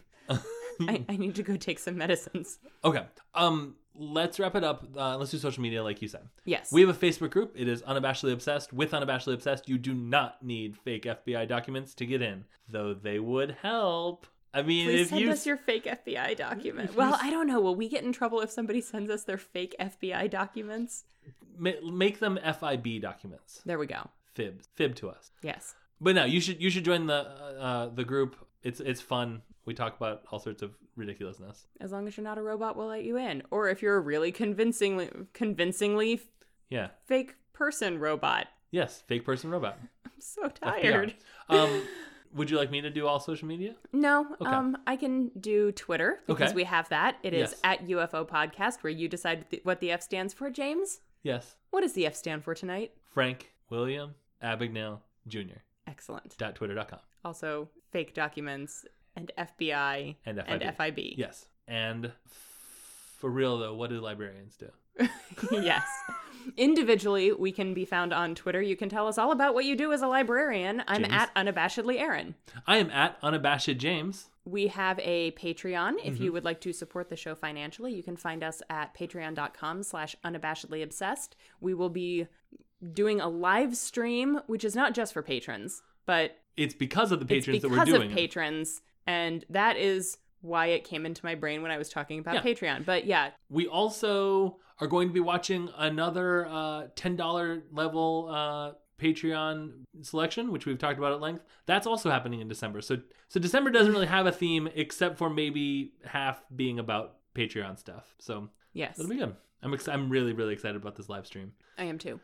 Speaker 3: I, I need to go take some medicines
Speaker 2: okay. Um, let's wrap it up. Uh, let's do social media, like you said.
Speaker 3: Yes.
Speaker 2: We have a Facebook group. It is Unabashedly Obsessed. With Unabashedly Obsessed, you do not need fake FBI documents to get in, though they would help. I mean,
Speaker 3: Please
Speaker 2: if
Speaker 3: send
Speaker 2: you
Speaker 3: us your fake FBI document. Well, I don't know. Will we get in trouble if somebody sends us their fake FBI documents?
Speaker 2: ma- make them FIB documents,
Speaker 3: There we go.
Speaker 2: fibs, fib to us.
Speaker 3: Yes.
Speaker 2: But no, you should you should join the uh, uh, the group. It's it's fun. We talk about all sorts of ridiculousness.
Speaker 3: As long as you're not a robot, we'll let you in. Or if you're a really convincingly convincingly
Speaker 2: Yeah.
Speaker 3: fake person robot.
Speaker 2: Yes. Fake person robot.
Speaker 3: I'm so
Speaker 2: FBI.
Speaker 3: tired.
Speaker 2: Um, would you like me to do all social media?
Speaker 3: No,
Speaker 2: Okay.
Speaker 3: um, I can do Twitter because
Speaker 2: Okay.
Speaker 3: we have that. It is
Speaker 2: Yes.
Speaker 3: at UFO Podcast, where you decide th- what the F stands for. James,
Speaker 2: Yes.
Speaker 3: what does the F stand for tonight?
Speaker 2: Frank William Abagnale Jr.
Speaker 3: Excellent.
Speaker 2: dot Twitter dot com.
Speaker 3: Also, fake documents and FBI
Speaker 2: And
Speaker 3: and
Speaker 2: FIB.
Speaker 3: FIB.
Speaker 2: Yes. And f- for real though, what do librarians do?
Speaker 3: yes. Individually, we can be found on Twitter. You can tell us all about what you do as a librarian. I'm
Speaker 2: James.
Speaker 3: at unabashedly Aaron.
Speaker 2: I am at unabashed James.
Speaker 3: We have a Patreon. If
Speaker 2: Mm-hmm.
Speaker 3: you would like to support the show financially, you can find us at patreon.com slash unabashedly obsessed. We will be doing a live stream, which is not just for patrons, but
Speaker 2: It's because of the patrons
Speaker 3: it's because
Speaker 2: that we're doing.
Speaker 3: of
Speaker 2: it.
Speaker 3: patrons, and that is why it came into my brain when I was talking about
Speaker 2: Yeah.
Speaker 3: Patreon. But yeah,
Speaker 2: We also are going to be watching another uh, $10 level uh, Patreon selection, which we've talked about at length. That's also happening in December. So, so December doesn't really have a theme except for maybe half being about Patreon stuff. So
Speaker 3: yes,
Speaker 2: it'll be good. I'm ex- I'm really really excited about this live stream.
Speaker 3: I am too.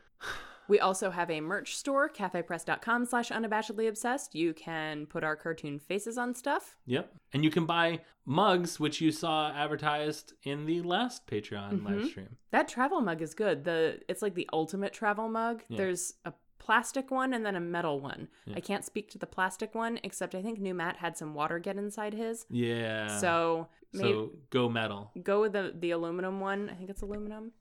Speaker 3: We also have a merch store, cafepress.com slash unabashedly obsessed. You can put our cartoon faces on stuff.
Speaker 2: Yep. And you can buy mugs, which you saw advertised in the last Patreon live
Speaker 3: Mhm.
Speaker 2: stream.
Speaker 3: That travel mug is good. The it's like the ultimate travel mug.
Speaker 2: Yeah.
Speaker 3: There's a plastic one and then a metal one.
Speaker 2: Yeah.
Speaker 3: I can't speak to the plastic one, except I think new Matt had some water get inside his.
Speaker 2: Yeah.
Speaker 3: so maybe
Speaker 2: Uh, so go metal.
Speaker 3: go with the the aluminum one. I think it's aluminum.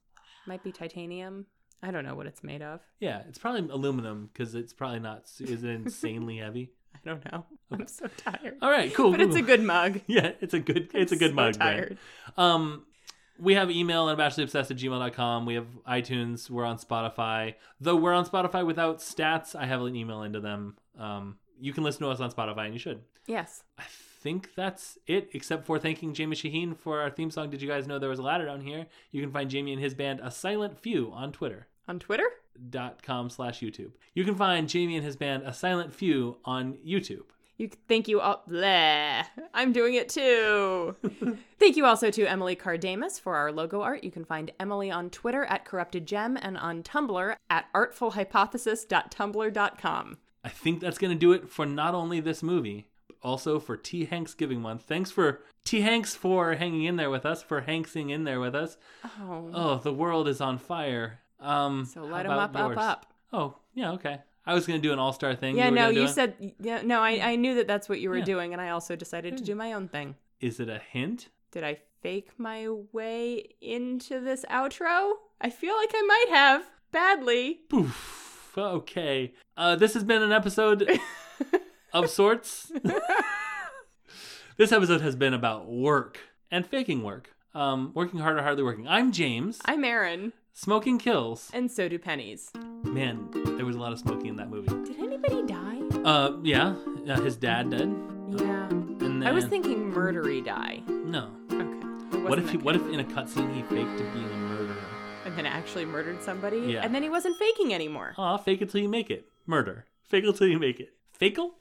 Speaker 3: Might be titanium. I don't know what it's made of.
Speaker 2: Yeah, it's probably aluminum because it's probably not. Is it insanely heavy?
Speaker 3: I don't know. I'm so tired.
Speaker 2: All right, cool.
Speaker 3: But it's a good mug.
Speaker 2: yeah, it's a good Oh. it's a
Speaker 3: I'm
Speaker 2: good
Speaker 3: so
Speaker 2: mug. Brent.
Speaker 3: Tired.
Speaker 2: Um we have email at bachelorobsessed at gmail.com. We have iTunes. We're on Spotify. Though we're on Spotify without stats, I have an email into them. Um, you can listen to us on Spotify and you should.
Speaker 3: Yes.
Speaker 2: I think that's it, except for thanking Jamie Shaheen for our theme song. Did you guys know there was a ladder down here? You can find Jamie and his band A Silent Few on Twitter
Speaker 3: On Twitter?
Speaker 2: dot com slash YouTube. You can find Jamie and his band A Silent Few on YouTube.
Speaker 3: You thank you all. Bleh. I'm doing it too. thank you also to Emily Cardamus for our logo art. You can find Emily on Twitter at Corrupted Gem and on Tumblr at artfulhypothesis.tumblr.com.
Speaker 2: I think that's going to do it for not only this movie, but also for T. Hanks Giving Month. Thanks for T. Hanks for hanging in there with us, for Hanksing in there with us.
Speaker 3: Oh.
Speaker 2: Oh, the world is on fire. Um,
Speaker 3: so
Speaker 2: how
Speaker 3: light 'em
Speaker 2: about
Speaker 3: up, up,
Speaker 2: yours?
Speaker 3: up.
Speaker 2: Oh, yeah, okay. I was going to do an all star thing.
Speaker 3: Yeah,
Speaker 2: were
Speaker 3: no,
Speaker 2: gonna do
Speaker 3: you
Speaker 2: it?
Speaker 3: said yeah, no. I, I knew that that's what you were
Speaker 2: Yeah. Hmm.
Speaker 3: doing, and I also decided to do my own thing.
Speaker 2: Is it a hint?
Speaker 3: Did I fake my way into this outro? I feel like I might have badly.
Speaker 2: Poof. Okay. Uh, this has been an episode of sorts. this episode has been about work and faking work. Um, working hard or hardly working. I'm James.
Speaker 3: I'm Aaron,
Speaker 2: Smoking kills.
Speaker 3: and so do pennies.
Speaker 2: Man, there was a lot of smoking in that movie.
Speaker 3: Did anybody die?
Speaker 2: Uh, yeah, uh, his dad did.
Speaker 3: Yeah,
Speaker 2: And then,
Speaker 3: I was thinking murdery die.
Speaker 2: no.
Speaker 3: Okay. It
Speaker 2: What
Speaker 3: wasn't
Speaker 2: if he?
Speaker 3: that
Speaker 2: What if in a cutscene he faked being a murderer?
Speaker 3: kind. and then actually murdered somebody,
Speaker 2: Yeah.
Speaker 3: and then he wasn't faking anymore?
Speaker 2: Aw, fake it till you make it. Murder. Fake it till you make it. Fakel?